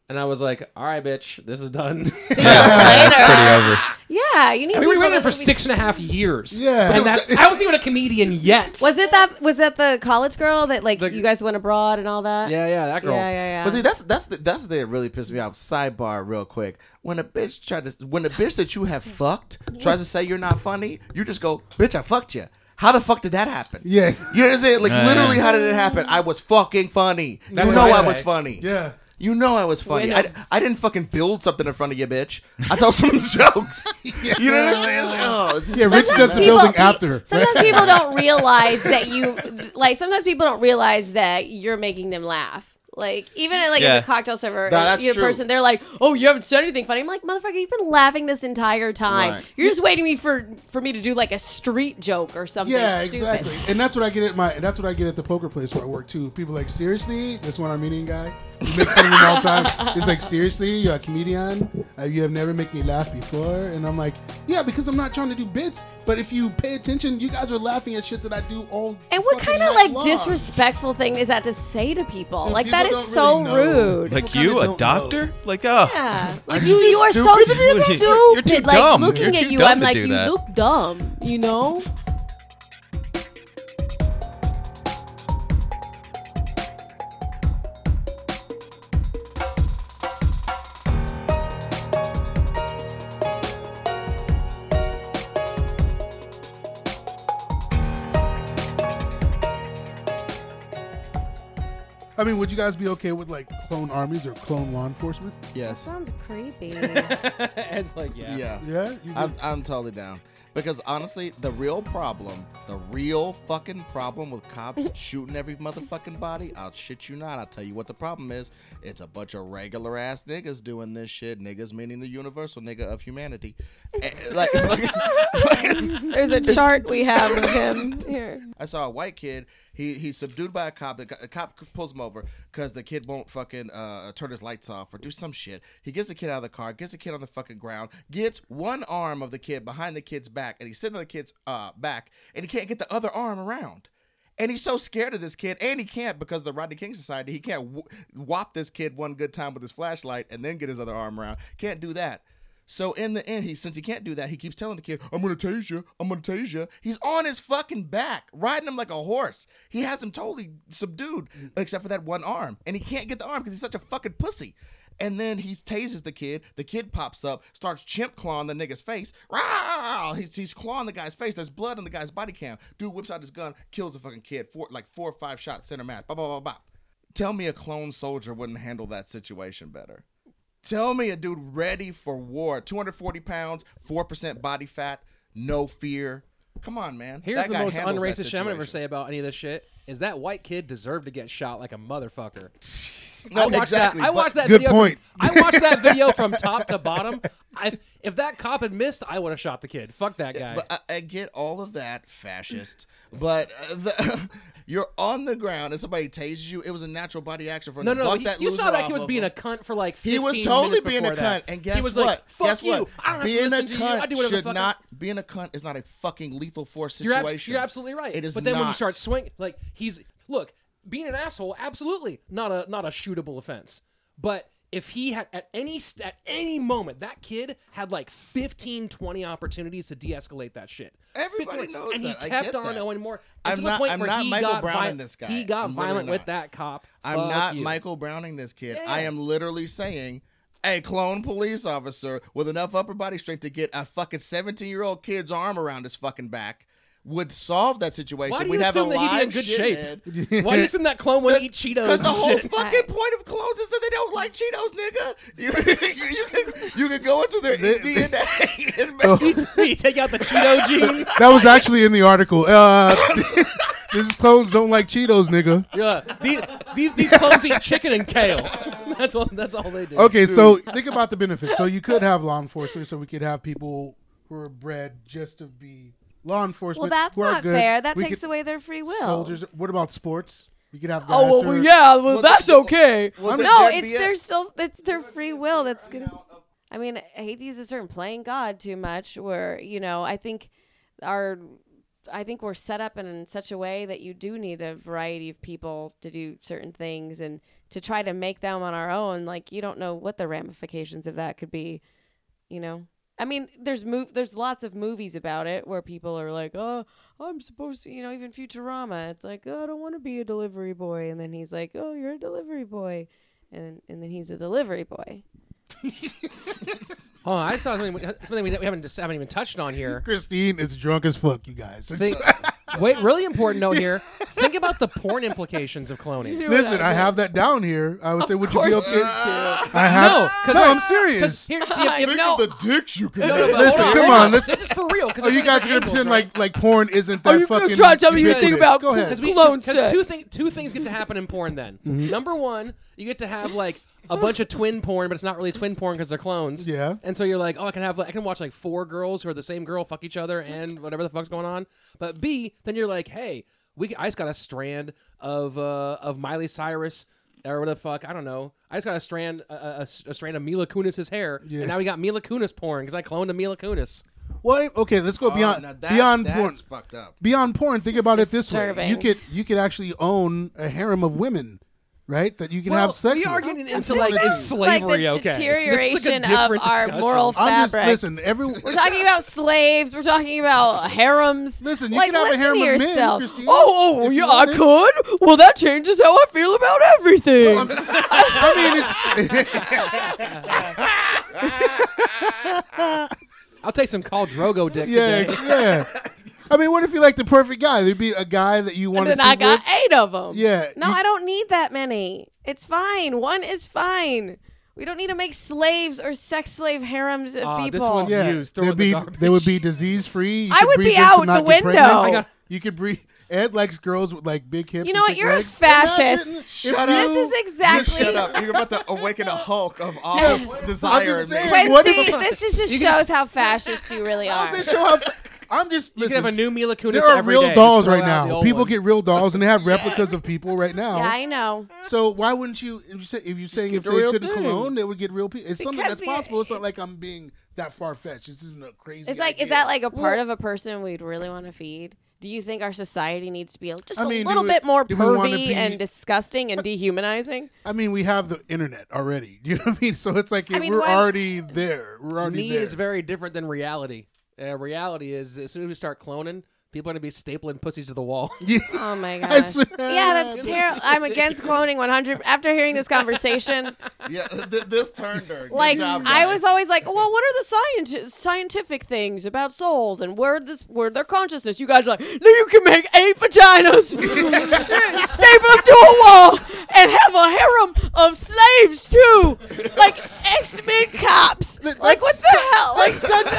[SPEAKER 3] and I was like, all right, bitch, this is done.
[SPEAKER 5] Yeah, it's pretty over.
[SPEAKER 6] Yeah, Yeah, you need.
[SPEAKER 3] I mean, we
[SPEAKER 6] people
[SPEAKER 3] ran it
[SPEAKER 6] that'll
[SPEAKER 3] for
[SPEAKER 6] be-
[SPEAKER 3] six and a half years.
[SPEAKER 1] Yeah.
[SPEAKER 3] and that I wasn't even a comedian yet.
[SPEAKER 6] Was it that? Was that the college girl that like
[SPEAKER 3] The-
[SPEAKER 6] you guys went abroad and all that?
[SPEAKER 3] yeah, yeah, that
[SPEAKER 6] yeah,
[SPEAKER 3] girl.
[SPEAKER 6] yeah, yeah.
[SPEAKER 4] But see, that's that's the, that's the really pissed me off. Sidebar, real quick. When a bitch tried to, when a bitch that you have fucked tries to say you're not funny, you just go, "Bitch, I fucked you." How the fuck did that happen?
[SPEAKER 1] Yeah.
[SPEAKER 4] you know what I'm saying? Like
[SPEAKER 5] Yeah.
[SPEAKER 4] literally, how did it happen? I was fucking funny.
[SPEAKER 3] That's
[SPEAKER 4] you know
[SPEAKER 3] what I
[SPEAKER 4] I,
[SPEAKER 3] say.
[SPEAKER 4] was funny.
[SPEAKER 1] Yeah.
[SPEAKER 4] You know I was funny.
[SPEAKER 6] We're
[SPEAKER 4] I,
[SPEAKER 6] not-
[SPEAKER 4] I didn't fucking build something in front of you, bitch. I told some jokes. You know what I'm saying? Like, oh, it's just-
[SPEAKER 1] Yeah, Rich does the building after.
[SPEAKER 6] Sometimes people don't realize that you like. Sometimes people don't realize that you're making them laugh. Like even like
[SPEAKER 5] Yeah.
[SPEAKER 6] as a cocktail server,
[SPEAKER 4] No, that's
[SPEAKER 6] you're a
[SPEAKER 4] true.
[SPEAKER 6] person. They're like, "Oh, you haven't said anything funny." I'm like, "Motherfucker, you've been laughing this entire time.
[SPEAKER 4] Right.
[SPEAKER 6] You're just waiting me for for me to do like a street joke or something."
[SPEAKER 1] Yeah,
[SPEAKER 6] stupid.
[SPEAKER 1] exactly. And that's what I get at my. That's what I get at the poker place where I work too. People are like seriously, this one Armenian guy. We make fun of him all the time. He's like, seriously, you're a comedian. Uh, you have never made me laugh before, and I'm like, yeah, because I'm not trying to do bits. But if you pay attention, you guys are laughing at shit that I do all.
[SPEAKER 6] And what
[SPEAKER 1] fucking
[SPEAKER 6] kind of
[SPEAKER 1] night
[SPEAKER 6] like
[SPEAKER 1] long.
[SPEAKER 6] disrespectful thing is that to say to people?
[SPEAKER 1] And
[SPEAKER 6] like
[SPEAKER 1] people
[SPEAKER 6] that is
[SPEAKER 1] don't
[SPEAKER 6] so
[SPEAKER 1] really know.
[SPEAKER 6] rude.
[SPEAKER 5] Like
[SPEAKER 1] People
[SPEAKER 5] you,
[SPEAKER 1] kinda
[SPEAKER 5] a
[SPEAKER 1] don't
[SPEAKER 5] doctor?
[SPEAKER 1] know.
[SPEAKER 5] Like oh,
[SPEAKER 6] Yeah, like
[SPEAKER 1] you
[SPEAKER 6] you, you are so
[SPEAKER 5] stupid?
[SPEAKER 6] stupid.
[SPEAKER 5] You're too
[SPEAKER 6] like
[SPEAKER 5] dumb.
[SPEAKER 6] looking
[SPEAKER 5] You're
[SPEAKER 6] at
[SPEAKER 5] too
[SPEAKER 6] you,
[SPEAKER 5] dumb
[SPEAKER 6] I'm
[SPEAKER 5] to
[SPEAKER 6] like,
[SPEAKER 5] do
[SPEAKER 6] you
[SPEAKER 5] that."
[SPEAKER 6] look dumb. You know.
[SPEAKER 1] I mean, would you guys be okay with like clone armies or clone law enforcement?
[SPEAKER 4] yes,
[SPEAKER 6] Sounds creepy.
[SPEAKER 3] Ed's like, yeah.
[SPEAKER 4] yeah.
[SPEAKER 1] Yeah, you
[SPEAKER 4] I'm,
[SPEAKER 1] good?
[SPEAKER 4] I'm totally down. Because honestly, the real problem, the real fucking problem with cops shooting every motherfucking body, I'll shit you not. I'll tell you what the problem is. It's a bunch of regular ass niggas doing this shit. Niggas meaning the universal nigga of humanity. Eh, like, fucking-
[SPEAKER 6] There's a chart we have of him here.
[SPEAKER 4] I saw a white kid. He he's subdued by a cop. The, co- the cop pulls him over because the kid won't fucking uh, turn his lights off or do some shit. He gets the kid out of the car, gets the kid on the fucking ground, gets one arm of the kid behind the kid's back, and he's sitting on the kid's uh, back, and he can't get the other arm around. And he's so scared of this kid, and he can't because of the Rodney King Society. He can't w- whop this kid one good time with his flashlight and then get his other arm around. Can't do that. So in the end, he since he can't do that, he keeps telling the kid, "I'm gonna tase you. I'm gonna tase you." He's on his fucking back, riding him like a horse. He has him totally subdued, except for that one arm, and he can't get the arm because he's such a fucking pussy. And then he tases the kid. The kid pops up, starts chimp clawing the nigga's face. Rah! He's, he's clawing the guy's face. There's blood on the guy's body cam. Dude whips out his gun, kills the fucking kid. Four, like four or five shots, center mass. Bop, bop, bop, bop. Tell me a clone soldier wouldn't handle that situation better. Tell me a dude ready for war, 240 pounds, 4% body fat, no fear. Come on, man.
[SPEAKER 3] Here's
[SPEAKER 4] That
[SPEAKER 3] the
[SPEAKER 4] guy
[SPEAKER 3] most
[SPEAKER 4] handles that
[SPEAKER 3] unracist shit I'm gonna ever
[SPEAKER 4] situation.
[SPEAKER 3] say about any of this shit. Is that white kid deserved to get shot like a motherfucker?
[SPEAKER 4] No,
[SPEAKER 3] I watched
[SPEAKER 4] Oh, exactly.
[SPEAKER 3] that. I
[SPEAKER 4] but-
[SPEAKER 3] watched that.
[SPEAKER 1] Good
[SPEAKER 3] video from-
[SPEAKER 1] point.
[SPEAKER 3] I watched that video from top to bottom. I, if that cop had missed, I would have shot the kid. Fuck that guy.
[SPEAKER 4] But I, I get all of that, fascist. But uh, the, you're on the ground and somebody tases you. It was a natural body action for him
[SPEAKER 3] no,
[SPEAKER 4] to
[SPEAKER 3] no, no.
[SPEAKER 4] buck
[SPEAKER 3] he-
[SPEAKER 4] that
[SPEAKER 3] you
[SPEAKER 4] loser
[SPEAKER 3] saw that
[SPEAKER 4] off
[SPEAKER 3] kid was
[SPEAKER 4] of
[SPEAKER 3] being
[SPEAKER 4] him.
[SPEAKER 3] a cunt for like.
[SPEAKER 4] He was
[SPEAKER 3] 15
[SPEAKER 4] totally
[SPEAKER 3] minutes
[SPEAKER 4] being a
[SPEAKER 3] before that.
[SPEAKER 4] cunt, and guess
[SPEAKER 3] he was
[SPEAKER 4] what?
[SPEAKER 3] Like, Fuck
[SPEAKER 4] guess
[SPEAKER 3] you.
[SPEAKER 4] what?
[SPEAKER 3] I don't have
[SPEAKER 4] being
[SPEAKER 3] to
[SPEAKER 4] a
[SPEAKER 3] listen to you. I
[SPEAKER 4] cunt
[SPEAKER 3] do whatever the
[SPEAKER 4] should
[SPEAKER 3] fuck I-
[SPEAKER 4] not being a cunt is not a fucking lethal force
[SPEAKER 3] You're,
[SPEAKER 4] situation.
[SPEAKER 3] ab- you're absolutely right.
[SPEAKER 4] It is.
[SPEAKER 3] But then when you
[SPEAKER 4] not.
[SPEAKER 3] start swinging, like he's look being an asshole, absolutely not a not a shootable offense. But if he had at any st- at any moment that kid had like 15 20 opportunities to de-escalate that shit
[SPEAKER 4] Everybody
[SPEAKER 3] 15
[SPEAKER 4] knows
[SPEAKER 3] and
[SPEAKER 4] that. I
[SPEAKER 3] he kept
[SPEAKER 4] get
[SPEAKER 3] on
[SPEAKER 4] that.
[SPEAKER 3] going more
[SPEAKER 4] I'm
[SPEAKER 3] to the
[SPEAKER 4] not-
[SPEAKER 3] point
[SPEAKER 4] I'm
[SPEAKER 3] where
[SPEAKER 4] not
[SPEAKER 3] he
[SPEAKER 4] Michael
[SPEAKER 3] got
[SPEAKER 4] Brown
[SPEAKER 3] vi-
[SPEAKER 4] in this guy.
[SPEAKER 3] he got
[SPEAKER 4] I'm literally
[SPEAKER 3] violent with
[SPEAKER 4] not.
[SPEAKER 3] that cop
[SPEAKER 4] I'm
[SPEAKER 3] Fuck
[SPEAKER 4] not
[SPEAKER 3] you.
[SPEAKER 4] Michael Browning this kid.
[SPEAKER 3] Yeah.
[SPEAKER 4] I am literally saying a clone police officer with enough upper body strength to get a fucking 17 year old kid's arm around his fucking back would solve that situation.
[SPEAKER 3] why do
[SPEAKER 4] We'd
[SPEAKER 3] you
[SPEAKER 4] have a
[SPEAKER 3] assume that he'd be in
[SPEAKER 4] live
[SPEAKER 3] good
[SPEAKER 4] shithead.
[SPEAKER 3] shape why do you assume that clone would eat cheetos
[SPEAKER 4] Because the
[SPEAKER 3] and
[SPEAKER 4] whole
[SPEAKER 3] shit?
[SPEAKER 4] fucking point of clones is that they don't like Cheetos, nigga. You, you, can, you can go into their DNA and make
[SPEAKER 1] Oh.
[SPEAKER 3] you take out the cheeto gene
[SPEAKER 1] That was actually in the article. Uh, these clones don't like Cheetos, nigga.
[SPEAKER 3] yeah these, these these clones eat chicken and kale that's all that's all they do
[SPEAKER 1] Okay, so think about the benefits. So you could have law enforcement, so we could have people who are bred just to be law
[SPEAKER 2] Well,
[SPEAKER 1] enforcement.
[SPEAKER 2] that's
[SPEAKER 1] who are
[SPEAKER 2] not
[SPEAKER 1] good.
[SPEAKER 2] fair. That
[SPEAKER 1] We
[SPEAKER 2] takes
[SPEAKER 1] could-
[SPEAKER 2] away their free will.
[SPEAKER 1] Soldiers. What about sports? We could have. Guys
[SPEAKER 6] Oh
[SPEAKER 1] who
[SPEAKER 6] well,
[SPEAKER 1] are-
[SPEAKER 6] yeah, well,
[SPEAKER 4] Well,
[SPEAKER 6] that's
[SPEAKER 4] the-
[SPEAKER 6] okay.
[SPEAKER 4] Well, then
[SPEAKER 2] No,
[SPEAKER 4] that'd
[SPEAKER 2] it's
[SPEAKER 4] be it.
[SPEAKER 2] their still it's their free will that's gonna. I mean, I hate to use the term "playing God" too much. Where you know, I think our, I think we're set up in such a way that you do need a variety of people to do certain things, and to try to make them on our own. Like you don't know what the ramifications of that could be. You know,
[SPEAKER 6] I mean, there's move there's lots of movies about it where people are like, "Oh, I'm supposed to," you know, even Futurama. It's like, "Oh, I don't want to be a delivery boy." And then he's like, "Oh, you're a delivery boy." And and then he's a delivery boy.
[SPEAKER 3] Oh, I thought something, something we haven't, just, haven't even touched on here.
[SPEAKER 1] Christine is drunk as fuck, you guys.
[SPEAKER 3] Think, wait, really important note here. Think about the porn implications of cloning.
[SPEAKER 1] Listen, I have that down here. I would say, would you be okay?
[SPEAKER 6] Too.
[SPEAKER 1] I
[SPEAKER 3] No,
[SPEAKER 1] have.
[SPEAKER 3] 'cause I-
[SPEAKER 1] I'm
[SPEAKER 3] 'Cause
[SPEAKER 1] serious.
[SPEAKER 3] Here, see, if-
[SPEAKER 4] Think
[SPEAKER 2] no.
[SPEAKER 4] of the dicks you can
[SPEAKER 3] no, no,
[SPEAKER 4] make.
[SPEAKER 3] but
[SPEAKER 1] Listen,
[SPEAKER 3] hold on,
[SPEAKER 1] come
[SPEAKER 3] hold
[SPEAKER 1] on, let's-
[SPEAKER 3] This is for real. 'cause
[SPEAKER 1] Oh, you
[SPEAKER 3] there's
[SPEAKER 1] guys are
[SPEAKER 3] different
[SPEAKER 1] gonna pretend
[SPEAKER 3] angles, right?
[SPEAKER 1] like like porn isn't that
[SPEAKER 6] Are you gonna
[SPEAKER 1] fucking?
[SPEAKER 6] try to tell me you
[SPEAKER 1] ubiquitous.
[SPEAKER 6] think about
[SPEAKER 1] Go ahead.
[SPEAKER 3] because we
[SPEAKER 6] Clone
[SPEAKER 3] because
[SPEAKER 6] sex. Mm-hmm.
[SPEAKER 3] two things two things get to happen in porn. Then number one, you get to have like a bunch of twin porn, but it's not really twin porn because they're clones.
[SPEAKER 1] Yeah.
[SPEAKER 3] and so you're like, oh, I can have like, I can watch like four girls who are the same girl fuck each other and whatever the fuck's going on. But B, then you're like, hey, we c- I just got a strand of uh, of Miley Cyrus. Or what the fuck? I don't know. I just got a strand, a, a, a strand of Mila Kunis's hair,
[SPEAKER 1] Yeah.
[SPEAKER 3] and now we got Mila Kunis porn because I cloned a Mila Kunis.
[SPEAKER 1] Well, okay, let's go
[SPEAKER 4] Oh,
[SPEAKER 1] beyond
[SPEAKER 4] now that-
[SPEAKER 1] beyond
[SPEAKER 4] that's
[SPEAKER 1] porn.
[SPEAKER 4] fucked up.
[SPEAKER 1] Beyond porn, think
[SPEAKER 2] is
[SPEAKER 1] about it this way:
[SPEAKER 2] disturbing.
[SPEAKER 1] you could you could actually own a harem of women, right? That you can
[SPEAKER 3] Well,
[SPEAKER 1] have sex.
[SPEAKER 3] We are
[SPEAKER 1] with.
[SPEAKER 3] getting into like is
[SPEAKER 2] like
[SPEAKER 3] slavery.
[SPEAKER 2] the
[SPEAKER 3] okay, This is, like, a
[SPEAKER 2] deterioration of
[SPEAKER 3] different
[SPEAKER 2] our
[SPEAKER 3] discussion.
[SPEAKER 2] moral
[SPEAKER 1] I'm just
[SPEAKER 2] fabric.
[SPEAKER 1] listen. Every
[SPEAKER 2] We're talking about slaves. We're talking about harems.
[SPEAKER 1] Listen, you
[SPEAKER 2] like,
[SPEAKER 1] can have a
[SPEAKER 2] listen
[SPEAKER 1] harem
[SPEAKER 2] to
[SPEAKER 1] of men,
[SPEAKER 2] yourself.
[SPEAKER 1] Christine,
[SPEAKER 2] oh, oh,
[SPEAKER 1] if you
[SPEAKER 2] yeah, I
[SPEAKER 1] wanted.
[SPEAKER 2] could. Well, that changes how I feel about everything.
[SPEAKER 1] I'm just- I mean, it's
[SPEAKER 3] I'll take some call Drogo dick
[SPEAKER 1] yeah,
[SPEAKER 3] today.
[SPEAKER 1] yeah. I mean, what if you like the perfect guy? There'd be a guy that you want to
[SPEAKER 2] and
[SPEAKER 1] see
[SPEAKER 2] I got
[SPEAKER 1] with.
[SPEAKER 2] eight of them.
[SPEAKER 1] Yeah,
[SPEAKER 2] No,
[SPEAKER 1] you-
[SPEAKER 2] I don't need that many. It's fine. One is fine. We don't need to make slaves or sex slave harems of
[SPEAKER 3] Ah, this
[SPEAKER 2] people.
[SPEAKER 3] one's-
[SPEAKER 1] Yeah,
[SPEAKER 3] Use, throw
[SPEAKER 1] they'd
[SPEAKER 3] in the
[SPEAKER 1] be
[SPEAKER 3] garbage.
[SPEAKER 1] they would be disease free.
[SPEAKER 2] I would be out the window. I
[SPEAKER 3] got-
[SPEAKER 1] you could breathe. Ed likes girls with like big hips.
[SPEAKER 2] You
[SPEAKER 1] and
[SPEAKER 2] know what?
[SPEAKER 1] thick
[SPEAKER 2] You're a
[SPEAKER 1] legs. They're not
[SPEAKER 2] fascist.
[SPEAKER 1] getting-
[SPEAKER 4] Shut
[SPEAKER 1] if
[SPEAKER 4] up.
[SPEAKER 1] you-
[SPEAKER 2] This is exactly.
[SPEAKER 4] Shut up. You're about to awaken a Hulk of all
[SPEAKER 1] I'm
[SPEAKER 4] desire
[SPEAKER 1] just
[SPEAKER 4] in me.
[SPEAKER 1] saying. What
[SPEAKER 2] Quincy,
[SPEAKER 1] if-
[SPEAKER 2] this is just shows how fascist you really are.
[SPEAKER 1] They show up. I'm just
[SPEAKER 3] You
[SPEAKER 1] listen.
[SPEAKER 3] could have a new Mila Kunis.
[SPEAKER 1] there are
[SPEAKER 3] every
[SPEAKER 1] real
[SPEAKER 3] day.
[SPEAKER 1] dolls
[SPEAKER 3] Throw
[SPEAKER 1] right
[SPEAKER 3] out the
[SPEAKER 1] now.
[SPEAKER 3] old
[SPEAKER 1] People
[SPEAKER 3] one.
[SPEAKER 1] get real dolls and they have replicas of people right now.
[SPEAKER 2] Yeah, I know.
[SPEAKER 1] So why wouldn't you? If you say if you're saying
[SPEAKER 3] get
[SPEAKER 1] if
[SPEAKER 3] the
[SPEAKER 1] they
[SPEAKER 3] real
[SPEAKER 1] could
[SPEAKER 3] thing.
[SPEAKER 1] clone, they would get real people. It's something
[SPEAKER 2] Because
[SPEAKER 1] that's
[SPEAKER 2] it-
[SPEAKER 1] possible. It's not like I'm being that far fetched. This isn't a crazy.
[SPEAKER 2] It's like,
[SPEAKER 1] idea.
[SPEAKER 2] is that like a part of a person we'd really want to feed? Do you think our society needs to be just
[SPEAKER 1] I
[SPEAKER 2] a
[SPEAKER 1] mean, do
[SPEAKER 2] little
[SPEAKER 1] we-
[SPEAKER 2] bit more
[SPEAKER 1] do we wanna
[SPEAKER 2] pervy
[SPEAKER 1] be-
[SPEAKER 2] and disgusting and dehumanizing?
[SPEAKER 1] I mean, we have the internet already. You know what I mean? So it's like
[SPEAKER 2] mean,
[SPEAKER 1] we're
[SPEAKER 2] why-
[SPEAKER 1] already there. We're already
[SPEAKER 3] Need
[SPEAKER 1] there.
[SPEAKER 3] is very different than reality. Uh, reality is as soon as we start cloning, people are going to be stapling pussies to the wall.
[SPEAKER 2] Oh my gosh.
[SPEAKER 1] It's-
[SPEAKER 2] yeah, that's terrible. I'm against cloning 100. After hearing this conversation,
[SPEAKER 4] Yeah, th- this turned her. Good
[SPEAKER 2] like
[SPEAKER 4] job,
[SPEAKER 2] I
[SPEAKER 4] guys.
[SPEAKER 2] was always like, well, what are the scienti- scientific things about souls and where this where their consciousness? You guys are like, no, you can make eight vaginas, staple them to a wall, and have a harem of slaves too, like X Men cops. like what the hell? Like such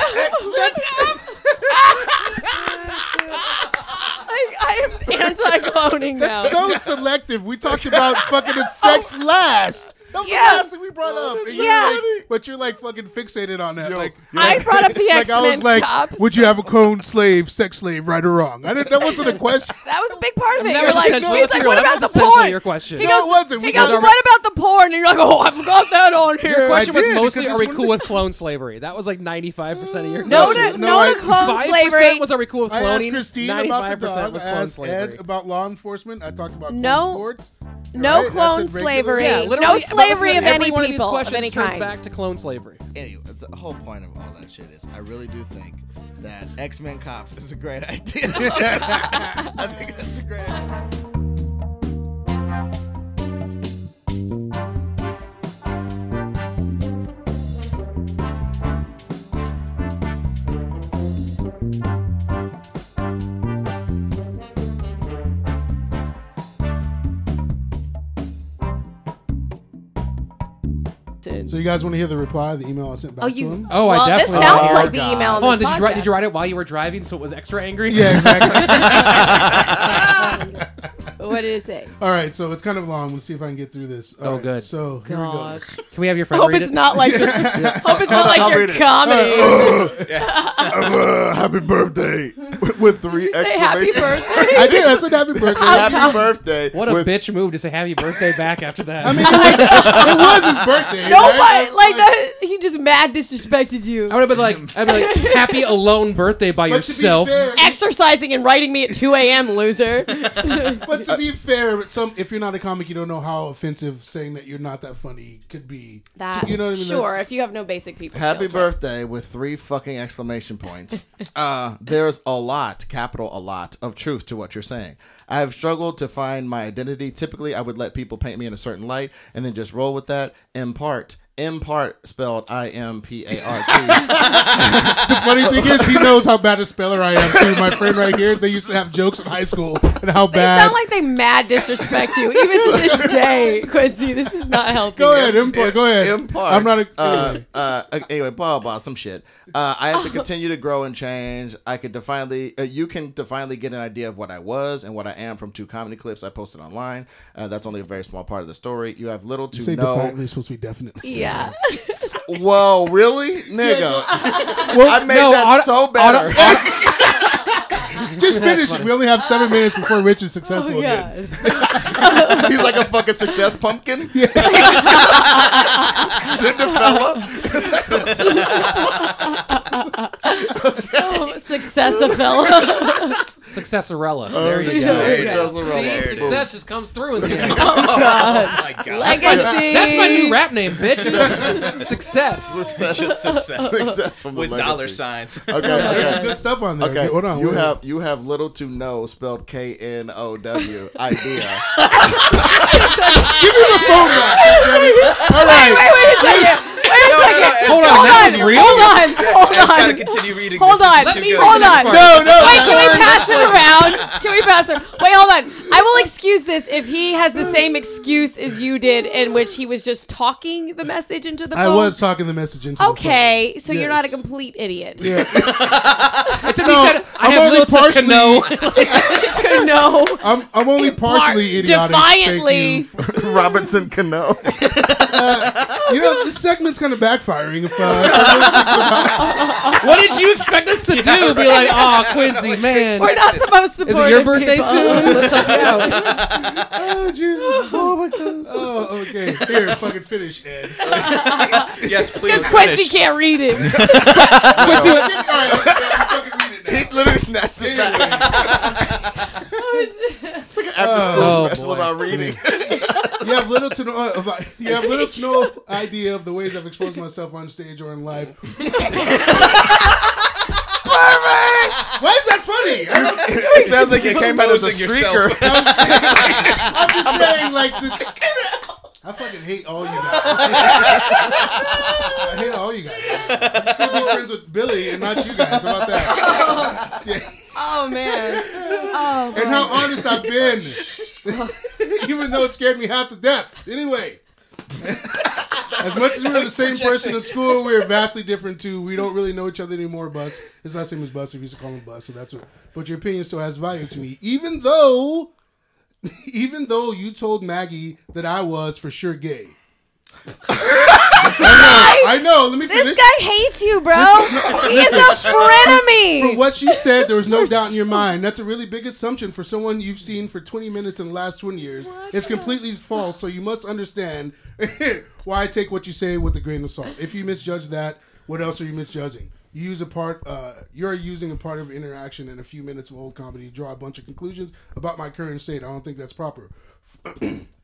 [SPEAKER 2] I, I am anti-cloning now.
[SPEAKER 1] That's so selective. We talked about fucking the sex last. That was
[SPEAKER 2] Oh. Yeah.
[SPEAKER 1] the last thing we brought up. And you're
[SPEAKER 2] Yeah.
[SPEAKER 1] like- but you're like fucking fixated on that. like,
[SPEAKER 2] I brought up the
[SPEAKER 1] like
[SPEAKER 2] X Men
[SPEAKER 1] I was like,
[SPEAKER 2] cops.
[SPEAKER 1] would you have a clone slave, sex slave, right or wrong? I didn't. That wasn't a question.
[SPEAKER 2] That was a big part of it.
[SPEAKER 3] that
[SPEAKER 2] You're
[SPEAKER 3] was
[SPEAKER 2] like,
[SPEAKER 3] essentially-
[SPEAKER 2] he's
[SPEAKER 3] let's
[SPEAKER 2] like,
[SPEAKER 3] be
[SPEAKER 2] what
[SPEAKER 3] real, that
[SPEAKER 2] about
[SPEAKER 3] was
[SPEAKER 2] the
[SPEAKER 3] essentially
[SPEAKER 2] porn?
[SPEAKER 3] your question.
[SPEAKER 2] He
[SPEAKER 1] No,
[SPEAKER 2] goes,
[SPEAKER 1] it wasn't.
[SPEAKER 2] He
[SPEAKER 1] We
[SPEAKER 2] goes,
[SPEAKER 1] got-
[SPEAKER 2] what about the porn? And you're like, oh, I forgot that on
[SPEAKER 3] Your
[SPEAKER 2] here.
[SPEAKER 3] question was
[SPEAKER 1] did,
[SPEAKER 3] mostly,
[SPEAKER 1] because
[SPEAKER 3] are we
[SPEAKER 1] it's
[SPEAKER 3] cool
[SPEAKER 1] one-
[SPEAKER 3] with clone slavery? That was like ninety five percent of your.
[SPEAKER 2] no
[SPEAKER 3] question.
[SPEAKER 2] to
[SPEAKER 1] no,
[SPEAKER 2] no,
[SPEAKER 1] I-
[SPEAKER 2] to clone
[SPEAKER 3] Five
[SPEAKER 2] slavery.
[SPEAKER 3] percent was are we cool with
[SPEAKER 1] I asked
[SPEAKER 3] cloning?
[SPEAKER 1] Christine about the dog.
[SPEAKER 3] Ninety-five percent was
[SPEAKER 1] I
[SPEAKER 3] clone
[SPEAKER 1] asked Ed
[SPEAKER 3] slavery.
[SPEAKER 1] about law enforcement. I talked about
[SPEAKER 2] No.
[SPEAKER 1] clone sports.
[SPEAKER 2] No
[SPEAKER 1] Right? I
[SPEAKER 2] clone
[SPEAKER 1] said regular-
[SPEAKER 2] slavery.
[SPEAKER 3] Yeah,
[SPEAKER 2] No
[SPEAKER 3] literally, but
[SPEAKER 2] slavery
[SPEAKER 3] listen,
[SPEAKER 2] of
[SPEAKER 3] every
[SPEAKER 2] any
[SPEAKER 3] one of these
[SPEAKER 2] people of
[SPEAKER 3] questions
[SPEAKER 2] any
[SPEAKER 3] turns
[SPEAKER 2] kind.
[SPEAKER 3] back to clone slavery.
[SPEAKER 4] Anyway, the whole point of all that shit is I really do think that X Men Cops is a great idea. I think that's a great idea.
[SPEAKER 1] So you guys want to hear the reply, the email I sent back
[SPEAKER 2] Oh,
[SPEAKER 1] to
[SPEAKER 2] you.
[SPEAKER 1] him?
[SPEAKER 3] Oh, I
[SPEAKER 2] well,
[SPEAKER 3] definitely-
[SPEAKER 2] This sounds
[SPEAKER 3] Oh,
[SPEAKER 2] like the
[SPEAKER 4] God.
[SPEAKER 2] email. on
[SPEAKER 3] Hold on,
[SPEAKER 2] this
[SPEAKER 3] did you write?
[SPEAKER 2] podcast.
[SPEAKER 3] Did you write it while you were driving, so it was extra angry?
[SPEAKER 1] Yeah, exactly.
[SPEAKER 6] What did it say?
[SPEAKER 1] All right, so it's kind of long. We'll see if I can get through this. All
[SPEAKER 3] Oh,
[SPEAKER 1] right,
[SPEAKER 3] good.
[SPEAKER 1] So here we go.
[SPEAKER 3] Can we have your
[SPEAKER 2] I
[SPEAKER 3] friend
[SPEAKER 2] hope
[SPEAKER 3] read
[SPEAKER 2] it's
[SPEAKER 3] it?
[SPEAKER 2] not like your, hope it's not
[SPEAKER 4] I'll
[SPEAKER 2] like your
[SPEAKER 4] read it.
[SPEAKER 1] uh,
[SPEAKER 2] comedy.
[SPEAKER 4] Uh, happy birthday with three
[SPEAKER 2] Say happy birthday.
[SPEAKER 1] I did. I said happy birthday.
[SPEAKER 4] Happy birthday.
[SPEAKER 3] What a bitch move to say happy birthday back after that.
[SPEAKER 1] it was his birthday.
[SPEAKER 2] Nobody like that. He just mad disrespected you.
[SPEAKER 3] I would have been like, I'd be like, happy alone birthday by
[SPEAKER 1] But to be
[SPEAKER 3] yourself.
[SPEAKER 1] fair,
[SPEAKER 2] Exercising and writing me at 2 a.m. Loser.
[SPEAKER 1] but to to be fair, but some if you're not a comic, you don't know how offensive saying that you're not that funny could be.
[SPEAKER 6] That
[SPEAKER 1] you know what I mean?
[SPEAKER 6] sure.
[SPEAKER 1] That's-
[SPEAKER 6] If you have no basic people
[SPEAKER 4] Happy
[SPEAKER 6] skills, right?
[SPEAKER 4] birthday with three fucking exclamation points. uh, there's a lot, capital a lot, of truth to what you're saying. I have struggled to find my identity. Typically, I would let people paint me in a certain light and then just roll with that. Impart. Impart spelled I M P A R T.
[SPEAKER 1] Funny thing is, he knows how bad a speller I am too. My friend right here, they used to have jokes in high school and how
[SPEAKER 6] They
[SPEAKER 1] bad.
[SPEAKER 6] sound like they mad disrespect you, even to this day, Quincy. This is not healthy.
[SPEAKER 1] go ahead, import. Go ahead.
[SPEAKER 4] Impart.
[SPEAKER 1] I'm not. A,
[SPEAKER 4] uh, uh, anyway, blah, blah, some shit. Uh, I have to continue to grow and change. I could definitely, uh, you can definitely get an idea of what I was and what I am from two comedy clips I posted online. Uh, that's only a very small part of the story. You have little to
[SPEAKER 1] say
[SPEAKER 4] no.
[SPEAKER 1] defiantly it's supposed to be definitely.
[SPEAKER 6] Yeah.
[SPEAKER 4] Whoa, really, nigga? I made
[SPEAKER 3] no,
[SPEAKER 4] that
[SPEAKER 3] auto-
[SPEAKER 4] so better.
[SPEAKER 3] auto-
[SPEAKER 1] Just finish it. We only have seven minutes before Rich is
[SPEAKER 6] Oh,
[SPEAKER 1] successful. again.
[SPEAKER 6] God.
[SPEAKER 4] He's like a fucking success pumpkin. Cinderella.
[SPEAKER 6] Oh, success of Phil.
[SPEAKER 3] Successorella.
[SPEAKER 4] Oh, There you
[SPEAKER 6] go.
[SPEAKER 4] Successorella.
[SPEAKER 3] See, success just comes through in the end.
[SPEAKER 5] Oh my god.
[SPEAKER 6] Legacy.
[SPEAKER 3] That's my new rap name, bitches. Success.
[SPEAKER 5] Just success.
[SPEAKER 4] Success from the
[SPEAKER 5] With
[SPEAKER 4] legacy.
[SPEAKER 5] dollar signs.
[SPEAKER 4] Okay.
[SPEAKER 1] There's some
[SPEAKER 4] okay.
[SPEAKER 1] good stuff on there.
[SPEAKER 4] Okay,
[SPEAKER 1] hold on.
[SPEAKER 4] you
[SPEAKER 1] hold on.
[SPEAKER 4] have you have little to no spelled K N O W idea.
[SPEAKER 1] All right.
[SPEAKER 6] Wait a second. Wait a
[SPEAKER 5] No, no, no,
[SPEAKER 6] second.
[SPEAKER 5] it's
[SPEAKER 3] Hold on,
[SPEAKER 6] hold,
[SPEAKER 5] gotta-
[SPEAKER 3] that
[SPEAKER 6] on.
[SPEAKER 3] was real?
[SPEAKER 6] hold on. Hold
[SPEAKER 5] It's
[SPEAKER 6] on.
[SPEAKER 5] gotta continue reading.
[SPEAKER 6] Hold
[SPEAKER 5] This
[SPEAKER 6] on.
[SPEAKER 5] is too
[SPEAKER 6] Let
[SPEAKER 3] me
[SPEAKER 5] good.
[SPEAKER 3] read
[SPEAKER 6] Hold
[SPEAKER 3] this
[SPEAKER 6] on.
[SPEAKER 1] No,
[SPEAKER 3] part.
[SPEAKER 1] no.
[SPEAKER 6] Wait, can we pass it around? Can we pass it? Wait, hold on. I will excuse this if he has the same excuse as you did, in which he was just talking the message into the phone.
[SPEAKER 1] I was talking the message into the
[SPEAKER 6] Oh. Okay, so you're not a
[SPEAKER 1] Yes.
[SPEAKER 6] complete idiot.
[SPEAKER 3] It's if
[SPEAKER 1] No,
[SPEAKER 3] he said, I
[SPEAKER 1] I'm
[SPEAKER 3] have
[SPEAKER 1] only
[SPEAKER 3] little to
[SPEAKER 1] partially-
[SPEAKER 3] know.
[SPEAKER 6] no.
[SPEAKER 1] phone. I'm, I'm only partially idiotic.
[SPEAKER 6] Defiantly.
[SPEAKER 1] Thank you. Uh,
[SPEAKER 4] Robinson Cano.
[SPEAKER 1] you know, this segment's kind of backfiring. If, uh,
[SPEAKER 3] What did you expect us to do? Be like, oh, Quincy, man.
[SPEAKER 6] We're not the most
[SPEAKER 3] Is
[SPEAKER 6] supportive.
[SPEAKER 3] it your birthday
[SPEAKER 6] people.
[SPEAKER 3] soon? Let's help you out.
[SPEAKER 1] oh, Jesus. Oh, my God. Oh, okay. Here, fucking finish, Ed.
[SPEAKER 5] Yes, please.
[SPEAKER 6] Because Quincy
[SPEAKER 5] finish.
[SPEAKER 6] can't read it.
[SPEAKER 3] Quincy, what-
[SPEAKER 1] All right. let's fucking read it now.
[SPEAKER 4] he literally snatched it back. It's like an after school
[SPEAKER 3] Oh,
[SPEAKER 4] special
[SPEAKER 3] boy.
[SPEAKER 4] about reading.
[SPEAKER 1] you have little to no uh, you have little to no idea of the ways I've exposed myself on stage or in life. Why is that funny? I don't-
[SPEAKER 4] it sounds like it came out as a
[SPEAKER 5] Exposing yourself.
[SPEAKER 4] streaker.
[SPEAKER 1] I'm just saying, like this. I fucking hate all you guys. I hate all you guys. I'm just gonna be friends with Billy and not you guys. How about that? Yeah.
[SPEAKER 6] Oh man. Oh,
[SPEAKER 1] And how honest I've been, even though it scared me half to death. Anyway, as much as we were the same person in school, we were vastly different too. We don't really know each other anymore. Bus, his last name is Bus. We used to call him Bus, so that's what. But your opinion still has value to me, even though, even though you told Maggie that I was for sure gay. I know. I know. Let me finish.
[SPEAKER 2] This guy hates you, bro. He is a
[SPEAKER 1] From
[SPEAKER 2] frenemy.
[SPEAKER 1] what she said, there was no doubt in your mind. That's a really big assumption for someone you've seen for 20 minutes in the last 20 years. It's completely false, so you must understand why I take what you say with a grain of salt. If you misjudge that, what else are you misjudging? You use a part, uh, you're using a part of interaction in a few minutes of old comedy to draw a bunch of conclusions about my current state. I don't think that's proper.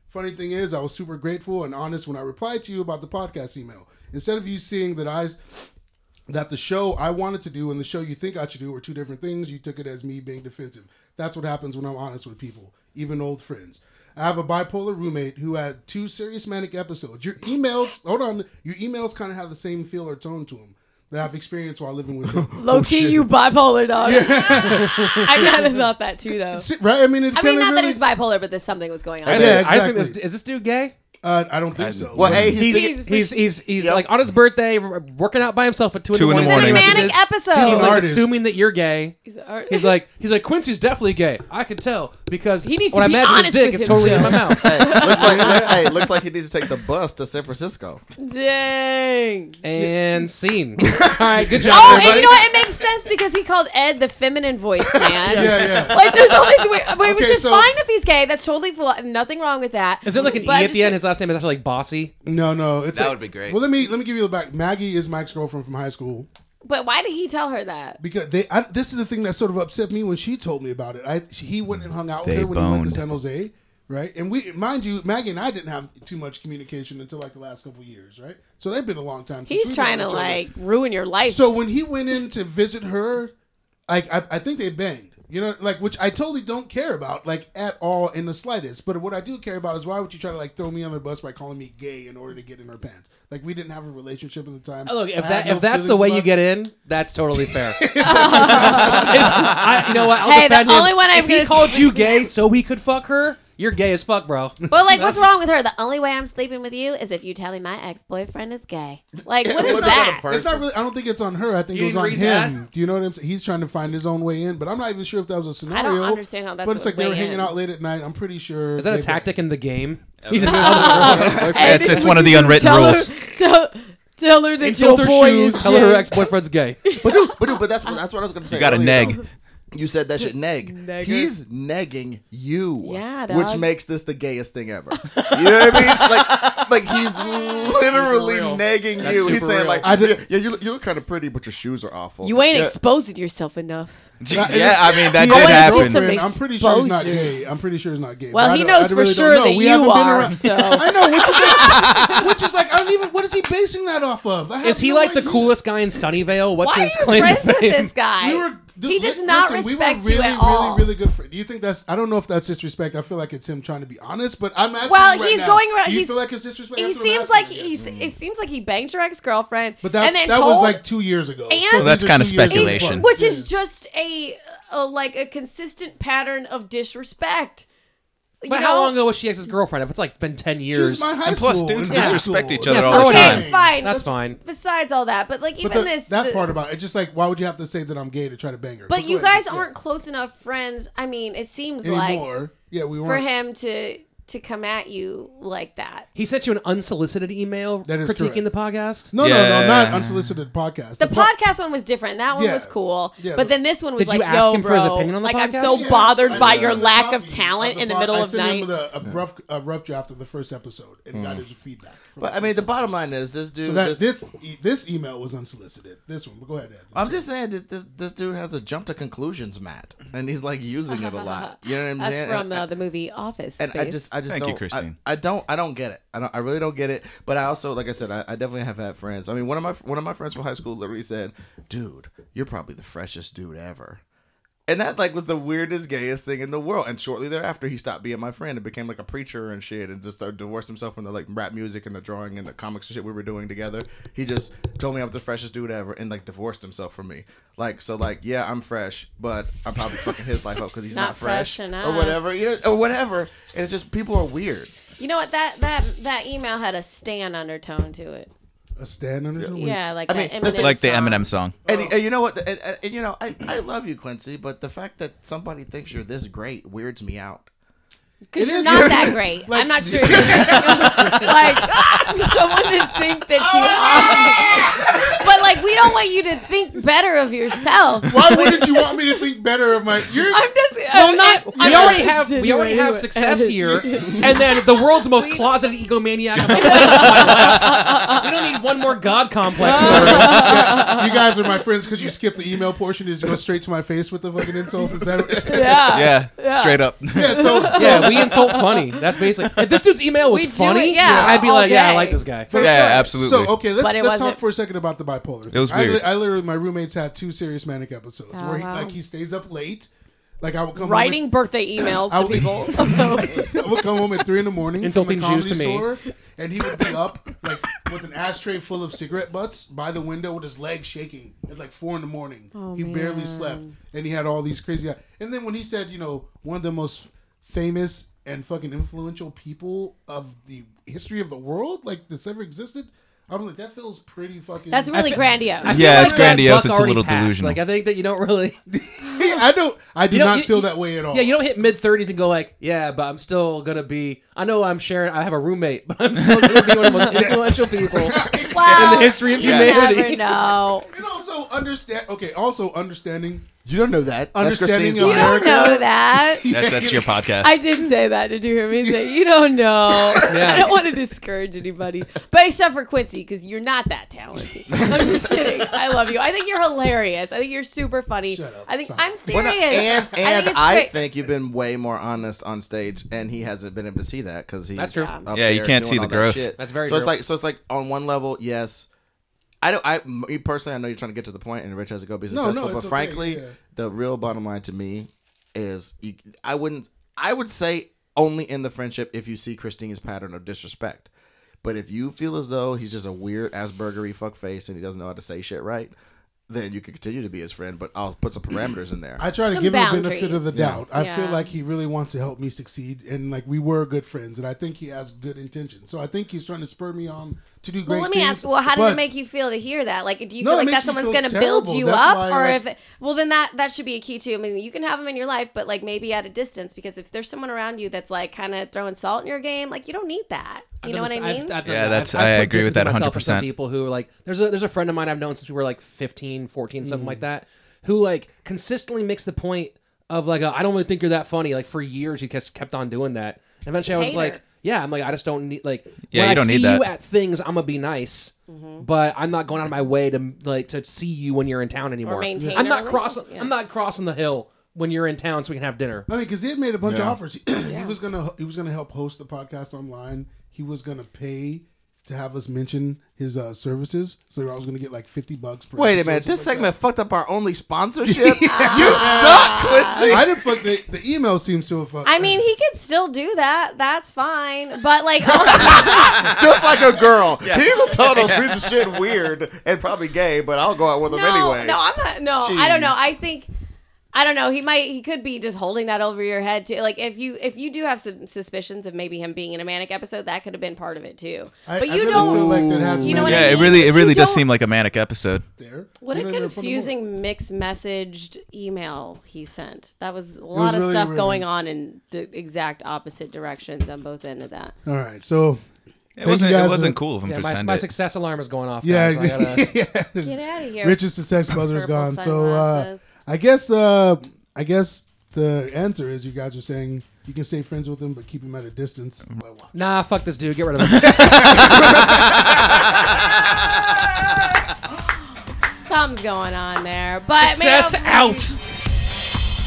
[SPEAKER 1] Funny thing is, I was super grateful and honest when I replied to you about the podcast email. Instead of you seeing that I that the show I wanted to do and the show you think I should do were two different things. You took it as me being defensive. That's what happens when I'm honest with people, even old friends. I have a bipolar roommate who had two serious manic episodes. Your emails, hold on, your emails kind of have the same feel or tone to them that I've experienced while living with him.
[SPEAKER 5] Oh,
[SPEAKER 6] Low key, you bipolar dog. I kind of thought that too, though.
[SPEAKER 1] See, right? I mean, it
[SPEAKER 6] I
[SPEAKER 1] kind
[SPEAKER 6] mean,
[SPEAKER 1] of
[SPEAKER 6] not
[SPEAKER 1] really.
[SPEAKER 6] that he's bipolar, but there's something was going on.
[SPEAKER 3] I
[SPEAKER 1] Yeah,
[SPEAKER 3] think- I think this-
[SPEAKER 1] exactly.
[SPEAKER 3] is this dude gay?
[SPEAKER 1] uh, I don't think so.
[SPEAKER 4] Well,
[SPEAKER 1] But-
[SPEAKER 4] hey, he's,
[SPEAKER 3] He's
[SPEAKER 4] thinking-
[SPEAKER 3] he's he's he's, like on his birthday, r- working out by himself at two,
[SPEAKER 5] Two in the morning.
[SPEAKER 3] sending
[SPEAKER 2] Manic
[SPEAKER 3] messages.
[SPEAKER 2] episode.
[SPEAKER 3] He's
[SPEAKER 1] An
[SPEAKER 3] like
[SPEAKER 1] artist.
[SPEAKER 3] assuming that you're gay.
[SPEAKER 6] He's an art-
[SPEAKER 3] He's like he's like Quincy's definitely gay. I could tell because
[SPEAKER 6] He needs
[SPEAKER 3] when
[SPEAKER 6] to
[SPEAKER 3] I
[SPEAKER 6] be
[SPEAKER 3] imagine his
[SPEAKER 6] honest
[SPEAKER 3] dick,
[SPEAKER 6] with
[SPEAKER 3] it's totally in my mouth.
[SPEAKER 4] hey, looks like hey, looks like he needs to take the bus to San Francisco.
[SPEAKER 6] Dang.
[SPEAKER 3] And scene. All right, good job.
[SPEAKER 6] Oh, and
[SPEAKER 3] everybody.
[SPEAKER 6] you know what? It makes sense because he called Ed the feminine voice man.
[SPEAKER 1] yeah, yeah.
[SPEAKER 6] Like, there's all these weird, wait, which
[SPEAKER 1] Okay,
[SPEAKER 6] is
[SPEAKER 1] so-
[SPEAKER 6] fine if he's gay. That's totally full, nothing wrong with that.
[SPEAKER 3] Is there like an
[SPEAKER 6] But
[SPEAKER 3] E
[SPEAKER 6] I'm
[SPEAKER 3] at the
[SPEAKER 6] just-
[SPEAKER 3] end? His last name is actually like Bossy.
[SPEAKER 1] No, no, it's
[SPEAKER 5] That
[SPEAKER 1] a-
[SPEAKER 5] would be great.
[SPEAKER 1] Well, let me let me give you the back. Maggie is my ex girlfriend from high school.
[SPEAKER 6] But why did he tell her that?
[SPEAKER 1] because they I, this is the thing that sort of upset me when she told me about it. I she, he went and hung out with
[SPEAKER 5] They
[SPEAKER 1] her when he went to
[SPEAKER 5] boned.
[SPEAKER 1] San Jose, right? And we mind you, Maggie and I didn't have too much communication until like the last couple of years, right? So they've been a long time. since
[SPEAKER 6] He's
[SPEAKER 1] we've
[SPEAKER 6] trying to
[SPEAKER 1] known each other.
[SPEAKER 6] like ruin your life.
[SPEAKER 1] So when he went in to visit her, like I, I think they banged. You know, like which I totally don't care about, like at all in the slightest. But what I do care about is why would you try to like throw me on the bus by calling me gay in order to get in her pants? Like we didn't have a relationship at the time.
[SPEAKER 3] Look, if
[SPEAKER 1] I
[SPEAKER 3] that
[SPEAKER 1] had no
[SPEAKER 3] if that's the
[SPEAKER 1] feelings
[SPEAKER 3] way
[SPEAKER 1] about
[SPEAKER 3] you
[SPEAKER 1] it.
[SPEAKER 3] get in, that's totally fair. I, you know what? I'll
[SPEAKER 6] Hey, the
[SPEAKER 3] defend
[SPEAKER 6] only
[SPEAKER 3] him.
[SPEAKER 6] one I'm
[SPEAKER 3] if he
[SPEAKER 6] gonna-
[SPEAKER 3] called you gay so he could fuck her, you're gay as fuck, bro.
[SPEAKER 6] But like, what's wrong with her? The only way I'm sleeping with you is if you tell me my ex boyfriend is gay. Like, what is
[SPEAKER 4] What about
[SPEAKER 6] that?
[SPEAKER 4] a
[SPEAKER 1] It's not really. I don't think it's on her. I think
[SPEAKER 3] You
[SPEAKER 1] it was
[SPEAKER 3] didn't
[SPEAKER 1] on
[SPEAKER 3] read
[SPEAKER 1] him.
[SPEAKER 3] that?
[SPEAKER 1] Do you know what I'm saying? He's trying to find his own way in, but I'm not even sure if that was a
[SPEAKER 6] I
[SPEAKER 1] scenario.
[SPEAKER 6] don't understand how that's
[SPEAKER 1] But it's
[SPEAKER 6] a
[SPEAKER 1] like they were
[SPEAKER 6] way
[SPEAKER 1] hanging
[SPEAKER 6] in.
[SPEAKER 1] out late at night. I'm pretty sure.
[SPEAKER 3] Is that a
[SPEAKER 1] they-
[SPEAKER 3] tactic in the game? You just tell them
[SPEAKER 6] Hey,
[SPEAKER 5] It's,
[SPEAKER 6] this
[SPEAKER 5] it's
[SPEAKER 6] is
[SPEAKER 5] one of the unwritten
[SPEAKER 2] tell
[SPEAKER 5] rules.
[SPEAKER 2] Her, tell, tell her that your
[SPEAKER 3] insult her
[SPEAKER 2] boy
[SPEAKER 3] shoes,
[SPEAKER 2] is
[SPEAKER 3] tell her her
[SPEAKER 2] gay.
[SPEAKER 3] ex boyfriend's gay.
[SPEAKER 4] But dude, but dude, but that's what that's what I was gonna say.
[SPEAKER 5] You got a
[SPEAKER 4] earlier.
[SPEAKER 5] neg.
[SPEAKER 4] You said that shit neg.
[SPEAKER 2] Negger.
[SPEAKER 4] He's negging you.
[SPEAKER 6] Yeah,
[SPEAKER 4] Which
[SPEAKER 6] dog.
[SPEAKER 4] makes this the gayest thing ever. You know what I mean? Like, like he's literally
[SPEAKER 3] real.
[SPEAKER 4] negging
[SPEAKER 3] That's
[SPEAKER 4] you. He's
[SPEAKER 3] super
[SPEAKER 4] saying
[SPEAKER 3] real.
[SPEAKER 4] like,
[SPEAKER 1] I did-
[SPEAKER 4] yeah, yeah, you, look- you look kind of pretty, but your shoes are awful.
[SPEAKER 6] You ain't
[SPEAKER 4] yeah.
[SPEAKER 6] exposing yourself enough.
[SPEAKER 5] yeah, I mean that
[SPEAKER 1] He
[SPEAKER 5] did
[SPEAKER 1] is
[SPEAKER 6] happen.
[SPEAKER 1] boyfriend.
[SPEAKER 6] Some
[SPEAKER 1] I'm pretty sure he's not
[SPEAKER 6] exposure.
[SPEAKER 1] gay. I'm pretty sure he's not gay.
[SPEAKER 6] Well,
[SPEAKER 1] But I
[SPEAKER 6] he
[SPEAKER 1] don't- I
[SPEAKER 6] knows for
[SPEAKER 1] really don't
[SPEAKER 6] sure
[SPEAKER 1] know.
[SPEAKER 6] that
[SPEAKER 1] We
[SPEAKER 6] you
[SPEAKER 1] haven't been
[SPEAKER 6] are,
[SPEAKER 1] around-
[SPEAKER 6] so-
[SPEAKER 1] I know. Which is, like, which is like I don't even. What is he basing that off of? I have
[SPEAKER 3] Is he
[SPEAKER 1] no
[SPEAKER 3] like the
[SPEAKER 1] idea.
[SPEAKER 3] coolest guy in Sunnyvale? What's
[SPEAKER 6] Why are
[SPEAKER 3] his
[SPEAKER 6] you
[SPEAKER 3] claim to
[SPEAKER 6] friends with
[SPEAKER 3] fame?
[SPEAKER 6] this guy?
[SPEAKER 1] We were,
[SPEAKER 6] he
[SPEAKER 1] li-
[SPEAKER 6] does not
[SPEAKER 1] listen,
[SPEAKER 6] respect
[SPEAKER 1] we were really,
[SPEAKER 6] you at all.
[SPEAKER 1] Really, really good. friends. do you think that's? I don't know if that's disrespect. I feel like it's him trying to be honest, but I'm asking.
[SPEAKER 6] Well,
[SPEAKER 1] you right
[SPEAKER 6] he's
[SPEAKER 1] now,
[SPEAKER 6] going around.
[SPEAKER 1] Do you
[SPEAKER 6] he's,
[SPEAKER 1] feel like it's disrespect?
[SPEAKER 6] He
[SPEAKER 1] That's what I'm
[SPEAKER 6] seems
[SPEAKER 1] asking,
[SPEAKER 6] like
[SPEAKER 1] I guess.
[SPEAKER 6] he's. It seems like he banged her ex girlfriend.
[SPEAKER 1] Mm. But that's,
[SPEAKER 6] and then
[SPEAKER 1] that
[SPEAKER 6] told,
[SPEAKER 1] was like two years ago.
[SPEAKER 6] And-
[SPEAKER 1] So
[SPEAKER 5] That's
[SPEAKER 1] these are
[SPEAKER 5] kinda
[SPEAKER 1] two years
[SPEAKER 6] He's-
[SPEAKER 5] speculation.
[SPEAKER 1] apart.
[SPEAKER 6] which
[SPEAKER 1] Yeah.
[SPEAKER 6] is just a, a like a consistent pattern of disrespect. You
[SPEAKER 3] But how
[SPEAKER 6] know?
[SPEAKER 3] long ago was she ex's girlfriend? If it's like been ten years,
[SPEAKER 1] She's my high
[SPEAKER 5] And plus,
[SPEAKER 1] school,
[SPEAKER 5] dudes
[SPEAKER 1] in high
[SPEAKER 5] disrespect
[SPEAKER 1] school.
[SPEAKER 5] each other
[SPEAKER 3] Yeah, all the throw it time.
[SPEAKER 6] Okay, fine.
[SPEAKER 3] that's
[SPEAKER 6] Bef-
[SPEAKER 3] fine.
[SPEAKER 6] Besides all that, but like even
[SPEAKER 1] But the-
[SPEAKER 6] this
[SPEAKER 1] that
[SPEAKER 6] the-
[SPEAKER 1] part about it, just like why would you have to say that I'm gay to try to bang her?
[SPEAKER 6] But
[SPEAKER 1] go
[SPEAKER 6] you
[SPEAKER 1] ahead,
[SPEAKER 6] guys
[SPEAKER 1] yeah.
[SPEAKER 6] aren't close enough friends. I mean, it seems like
[SPEAKER 1] anymore. Yeah, we
[SPEAKER 6] for
[SPEAKER 1] weren't.
[SPEAKER 6] him to to come at you like that.
[SPEAKER 3] he sent you an unsolicited email
[SPEAKER 1] That is
[SPEAKER 3] critiquing
[SPEAKER 1] correct.
[SPEAKER 3] the podcast.
[SPEAKER 1] No, no, no, not
[SPEAKER 5] Yeah.
[SPEAKER 1] unsolicited podcast.
[SPEAKER 6] The
[SPEAKER 1] po-
[SPEAKER 6] podcast one was different. That one
[SPEAKER 1] Yeah.
[SPEAKER 6] was cool.
[SPEAKER 1] Yeah,
[SPEAKER 6] but
[SPEAKER 1] the-
[SPEAKER 6] then this one was
[SPEAKER 3] Did you
[SPEAKER 6] like,
[SPEAKER 3] ask
[SPEAKER 6] yo,
[SPEAKER 3] him for
[SPEAKER 6] bro,
[SPEAKER 3] his opinion on the
[SPEAKER 6] like I'm
[SPEAKER 3] podcast?
[SPEAKER 6] so
[SPEAKER 3] Yes,
[SPEAKER 1] Yes,
[SPEAKER 6] bothered
[SPEAKER 1] I
[SPEAKER 6] by
[SPEAKER 1] sent
[SPEAKER 6] your
[SPEAKER 1] him a
[SPEAKER 6] lack
[SPEAKER 1] copy
[SPEAKER 6] of talent in the
[SPEAKER 1] pod-
[SPEAKER 6] middle
[SPEAKER 1] I
[SPEAKER 6] of
[SPEAKER 1] sent
[SPEAKER 6] night.
[SPEAKER 1] him the- a rough, a rough draft of the first episode and got his feedback. from
[SPEAKER 4] But I
[SPEAKER 1] us.
[SPEAKER 4] mean, the bottom line is this dude.
[SPEAKER 1] So that
[SPEAKER 4] this,
[SPEAKER 1] this e- this email was unsolicited. This one, but go ahead, Ed.
[SPEAKER 4] I'm just saying that this this dude has a jump to conclusions, Matt, and he's like using it a lot. You know what I'm
[SPEAKER 6] That's
[SPEAKER 4] saying?
[SPEAKER 6] from
[SPEAKER 4] And-
[SPEAKER 6] uh, the movie Office
[SPEAKER 4] and I
[SPEAKER 6] Space.
[SPEAKER 4] just, I just
[SPEAKER 5] Thank you,
[SPEAKER 4] don't,
[SPEAKER 5] Christine.
[SPEAKER 4] I, I don't, I don't get it. I don't, I really don't get it. But I also, like I said, I, I definitely have had friends. I mean, one of my, one of my friends from high school literally said, "Dude, you're probably the freshest dude ever," and that like was the weirdest, gayest thing in the world. And shortly thereafter, he stopped being my friend and became like a preacher and shit, and just started divorced himself from the like rap music and the drawing and the comics and shit we were doing together. He just told me I'm the freshest dude ever, and like divorced himself from me. Like, so like, yeah, I'm fresh, but I'm probably fucking his life up because he's not,
[SPEAKER 6] Not
[SPEAKER 4] fresh,
[SPEAKER 6] fresh enough.
[SPEAKER 4] or whatever or, you know, or whatever. And it's just people are weird.
[SPEAKER 6] you know what that that that email had a Stan undertone to it.
[SPEAKER 1] a stand under the-
[SPEAKER 6] Yeah, like
[SPEAKER 4] I
[SPEAKER 6] that
[SPEAKER 4] mean,
[SPEAKER 6] Eminem
[SPEAKER 5] Like the
[SPEAKER 6] song.
[SPEAKER 5] Eminem song.
[SPEAKER 4] And, and you know what? And, and, and you know, I, I love you, Quincy, but the fact that somebody thinks you're this great weirds me out.
[SPEAKER 6] Because
[SPEAKER 1] It
[SPEAKER 6] you're
[SPEAKER 1] is-
[SPEAKER 6] not that great. I'm not sure. like someone to think that
[SPEAKER 1] Oh,
[SPEAKER 6] you are. but like we don't want you to think better of yourself.
[SPEAKER 1] Why wouldn't you want me to think better of my? You're
[SPEAKER 6] I'm just
[SPEAKER 3] Well, not
[SPEAKER 6] I'm
[SPEAKER 3] we already
[SPEAKER 6] just-
[SPEAKER 3] have we already have success here, and then the world's most closeted egomaniac on the planet to my left. We don't need one more god complex.
[SPEAKER 1] Yeah, you guys are my friends because you skipped the email portion. You Just go straight to my face with the fucking insult. Is that?
[SPEAKER 6] Uh, Yeah.
[SPEAKER 5] Yeah, straight up.
[SPEAKER 1] Yeah. So
[SPEAKER 3] yeah, we insult funny. That's basically. If this dude's email was
[SPEAKER 6] We do
[SPEAKER 3] funny,
[SPEAKER 6] it, yeah,
[SPEAKER 3] I'd be
[SPEAKER 6] all
[SPEAKER 3] like, yeah, I
[SPEAKER 6] day.
[SPEAKER 3] like this guy.
[SPEAKER 1] For
[SPEAKER 5] Yeah, absolutely.
[SPEAKER 1] So okay, let's,
[SPEAKER 6] But it
[SPEAKER 1] let's talk
[SPEAKER 6] wasn't-
[SPEAKER 1] for a second about the bipolar. Thing.
[SPEAKER 5] was
[SPEAKER 1] I, li-
[SPEAKER 5] weird.
[SPEAKER 1] I literally, my roommates had two serious manic episodes
[SPEAKER 6] Oh,
[SPEAKER 1] where he,
[SPEAKER 6] wow.
[SPEAKER 1] like he stays up late. Like I would come
[SPEAKER 6] Writing birthday emails
[SPEAKER 1] I
[SPEAKER 6] to
[SPEAKER 1] would-
[SPEAKER 6] people.
[SPEAKER 1] Home at, I would come home at three in the morning.
[SPEAKER 3] Insulting
[SPEAKER 1] from the
[SPEAKER 3] Jews to
[SPEAKER 1] comedy
[SPEAKER 3] me.
[SPEAKER 1] store, And he would be up like with an ashtray full of cigarette butts by the window with his legs shaking at like four in the morning.
[SPEAKER 6] Oh,
[SPEAKER 1] he barely slept, and he had all these crazy. And then when he said, you know, one of the most famous and fucking influential people of the history of the world, like that's ever existed. I'm like, that feels pretty fucking.
[SPEAKER 6] That's really grandiose.
[SPEAKER 3] I feel
[SPEAKER 5] Yeah, it's
[SPEAKER 3] that
[SPEAKER 5] grandiose,
[SPEAKER 3] buck
[SPEAKER 5] it's a
[SPEAKER 3] already
[SPEAKER 5] little
[SPEAKER 3] passed.
[SPEAKER 5] delusional.
[SPEAKER 3] Like I think that you don't really,
[SPEAKER 1] I don't. I do
[SPEAKER 3] You know,
[SPEAKER 1] not
[SPEAKER 3] you-
[SPEAKER 1] feel
[SPEAKER 3] you-
[SPEAKER 1] that way at all.
[SPEAKER 3] yeah, you don't hit mid thirties and go like, yeah, but I'm still gonna be. I know I'm sharing. I have a roommate, but I'm still gonna be one of the most influential people.
[SPEAKER 6] Well,
[SPEAKER 3] in the history of
[SPEAKER 6] you
[SPEAKER 3] humanity.
[SPEAKER 6] Never know.
[SPEAKER 1] And also understand. Okay, also understanding
[SPEAKER 4] You don't know that. That's
[SPEAKER 1] Understanding
[SPEAKER 4] Christine's
[SPEAKER 1] of
[SPEAKER 4] line.
[SPEAKER 1] America.
[SPEAKER 6] don't know that.
[SPEAKER 5] That's, that's your podcast.
[SPEAKER 6] I did say that. Did you hear me say you don't know? I don't want to discourage anybody, but except for Quincy, because you're not that talented. I'm just kidding. I love you. I think you're hilarious. I think you're super funny.
[SPEAKER 1] Shut up.
[SPEAKER 6] I think
[SPEAKER 1] Sorry.
[SPEAKER 6] I'm
[SPEAKER 4] Well,
[SPEAKER 6] serious.
[SPEAKER 4] no, and
[SPEAKER 6] I think
[SPEAKER 4] and
[SPEAKER 6] it's
[SPEAKER 4] I
[SPEAKER 6] great.
[SPEAKER 4] think you've been way more honest on stage, and he hasn't been able to see that because he's
[SPEAKER 3] That's true.
[SPEAKER 4] up
[SPEAKER 5] Yeah, you
[SPEAKER 4] there doing
[SPEAKER 5] can't see the
[SPEAKER 4] all that
[SPEAKER 5] growth.
[SPEAKER 4] shit.
[SPEAKER 3] That's very
[SPEAKER 4] So it's
[SPEAKER 3] true.
[SPEAKER 4] like so it's like on one level, yes. I don't. I me personally, I know you're trying to get to the point, and Rich has to go be
[SPEAKER 1] no,
[SPEAKER 4] successful. but
[SPEAKER 1] it's okay,
[SPEAKER 4] frankly,
[SPEAKER 1] yeah.
[SPEAKER 4] the real bottom line to me is, you, I wouldn't. I would say only in the friendship if you see Christine's pattern of disrespect. But if you feel as though he's just a weird Aspergery fuckface and he doesn't know how to say shit right, then you can continue to be his friend. But I'll put some parameters in there.
[SPEAKER 1] I try to
[SPEAKER 6] Some
[SPEAKER 1] give him the
[SPEAKER 6] boundaries.
[SPEAKER 1] benefit of the doubt. I feel
[SPEAKER 6] Yeah.
[SPEAKER 1] like he really wants to help me succeed, and like we were good friends, and I think he has good intentions. So I think he's trying to spur me on to do great.
[SPEAKER 6] Well, let me ask.
[SPEAKER 1] things,
[SPEAKER 6] Well, how does
[SPEAKER 1] but-
[SPEAKER 6] it make you feel to hear that? Like, do you
[SPEAKER 1] No, it
[SPEAKER 6] feel like
[SPEAKER 1] makes
[SPEAKER 6] that
[SPEAKER 1] me
[SPEAKER 6] someone's
[SPEAKER 1] feel
[SPEAKER 6] going to build
[SPEAKER 1] terrible.
[SPEAKER 6] you
[SPEAKER 1] That's
[SPEAKER 6] up,
[SPEAKER 1] why,
[SPEAKER 6] or
[SPEAKER 1] like-
[SPEAKER 6] if it, well, then that that should be a key too. I mean, you can have them in your life, but like maybe at a distance, because if there's someone around you that's like kind of throwing salt in your game, like you don't need that. You know what I mean?
[SPEAKER 5] Yeah, that's- I agree with that 100%.
[SPEAKER 3] People who are like, there's a there's a friend of mine I've known since we were like 15, 14, something
[SPEAKER 5] Mm.
[SPEAKER 3] like that, who like consistently makes the point of like, I I don't really think you're that funny. Like for years, he kept kept on doing that. And eventually, I was
[SPEAKER 6] Hater.
[SPEAKER 3] like, yeah, I'm like, I just don't need like.
[SPEAKER 5] Yeah,
[SPEAKER 3] when
[SPEAKER 5] you
[SPEAKER 3] I
[SPEAKER 5] don't
[SPEAKER 3] see
[SPEAKER 5] need that.
[SPEAKER 3] you at things, I'm gonna be nice,
[SPEAKER 6] Mm-hmm.
[SPEAKER 3] but I'm not going out of my way to like to see you when you're in town anymore.
[SPEAKER 6] maintain
[SPEAKER 3] I'm
[SPEAKER 6] a
[SPEAKER 3] not crossing.
[SPEAKER 6] relationship, yeah.
[SPEAKER 3] I'm not crossing the hill when you're in town so we can have dinner.
[SPEAKER 1] I mean, because he had made a bunch
[SPEAKER 4] Yeah.
[SPEAKER 1] of offers. He, was gonna he was gonna help host the podcast online. He was gonna pay to have us mention his uh, services, so I was gonna get like fifty bucks. Per
[SPEAKER 4] Wait a
[SPEAKER 1] episode,
[SPEAKER 4] minute, this
[SPEAKER 1] something like
[SPEAKER 4] segment fucked up our only sponsorship. You suck, Quincy.
[SPEAKER 1] that. I didn't fuck the, the email seems to have fucked.
[SPEAKER 6] I mean, he could still do that. That's fine. But like, also,
[SPEAKER 4] Just like a girl. He's a total piece of shit, weird and probably gay, but I'll go out with him
[SPEAKER 6] no,
[SPEAKER 4] anyway.
[SPEAKER 6] no, I'm not. No, I don't know.
[SPEAKER 4] Jeez.
[SPEAKER 6] I think. I don't know. He might. He could be just holding that over your head too. Like if you if you do have some suspicions of maybe him being in a manic episode, that could have been part of it too.
[SPEAKER 1] I,
[SPEAKER 6] but
[SPEAKER 1] I
[SPEAKER 6] you
[SPEAKER 1] really
[SPEAKER 6] don't.
[SPEAKER 1] feel like that has
[SPEAKER 6] you know what I
[SPEAKER 5] yeah, it
[SPEAKER 6] mean?
[SPEAKER 5] really it
[SPEAKER 6] You
[SPEAKER 5] really does
[SPEAKER 6] don't-
[SPEAKER 5] seem like a manic episode.
[SPEAKER 1] there.
[SPEAKER 6] What
[SPEAKER 1] No, no, no, from
[SPEAKER 6] a
[SPEAKER 1] the morning.
[SPEAKER 6] confusing mixed messaged email he sent. That was a
[SPEAKER 1] was
[SPEAKER 6] lot of
[SPEAKER 1] really
[SPEAKER 6] stuff
[SPEAKER 1] weird.
[SPEAKER 6] going on in the exact opposite directions on both end of that.
[SPEAKER 1] All right, so
[SPEAKER 5] It wasn't
[SPEAKER 1] you guys
[SPEAKER 5] it wasn't
[SPEAKER 1] for-
[SPEAKER 5] cool of him
[SPEAKER 3] Yeah,
[SPEAKER 5] to
[SPEAKER 3] my,
[SPEAKER 5] send
[SPEAKER 3] my
[SPEAKER 5] it.
[SPEAKER 3] success alarm is going off.
[SPEAKER 1] yeah,
[SPEAKER 3] guys. I gotta-
[SPEAKER 1] yeah.
[SPEAKER 6] Get out of here.
[SPEAKER 1] Rich's success buzzer is
[SPEAKER 6] Purple
[SPEAKER 1] gone. So uh,
[SPEAKER 6] sunglasses.
[SPEAKER 1] I guess uh, I guess the answer is you guys are saying you can stay friends with him, but keep him at a distance.
[SPEAKER 3] Mm-hmm. Nah, fuck this dude. Get rid of him.
[SPEAKER 6] Something's going on there. But man,
[SPEAKER 3] Success out.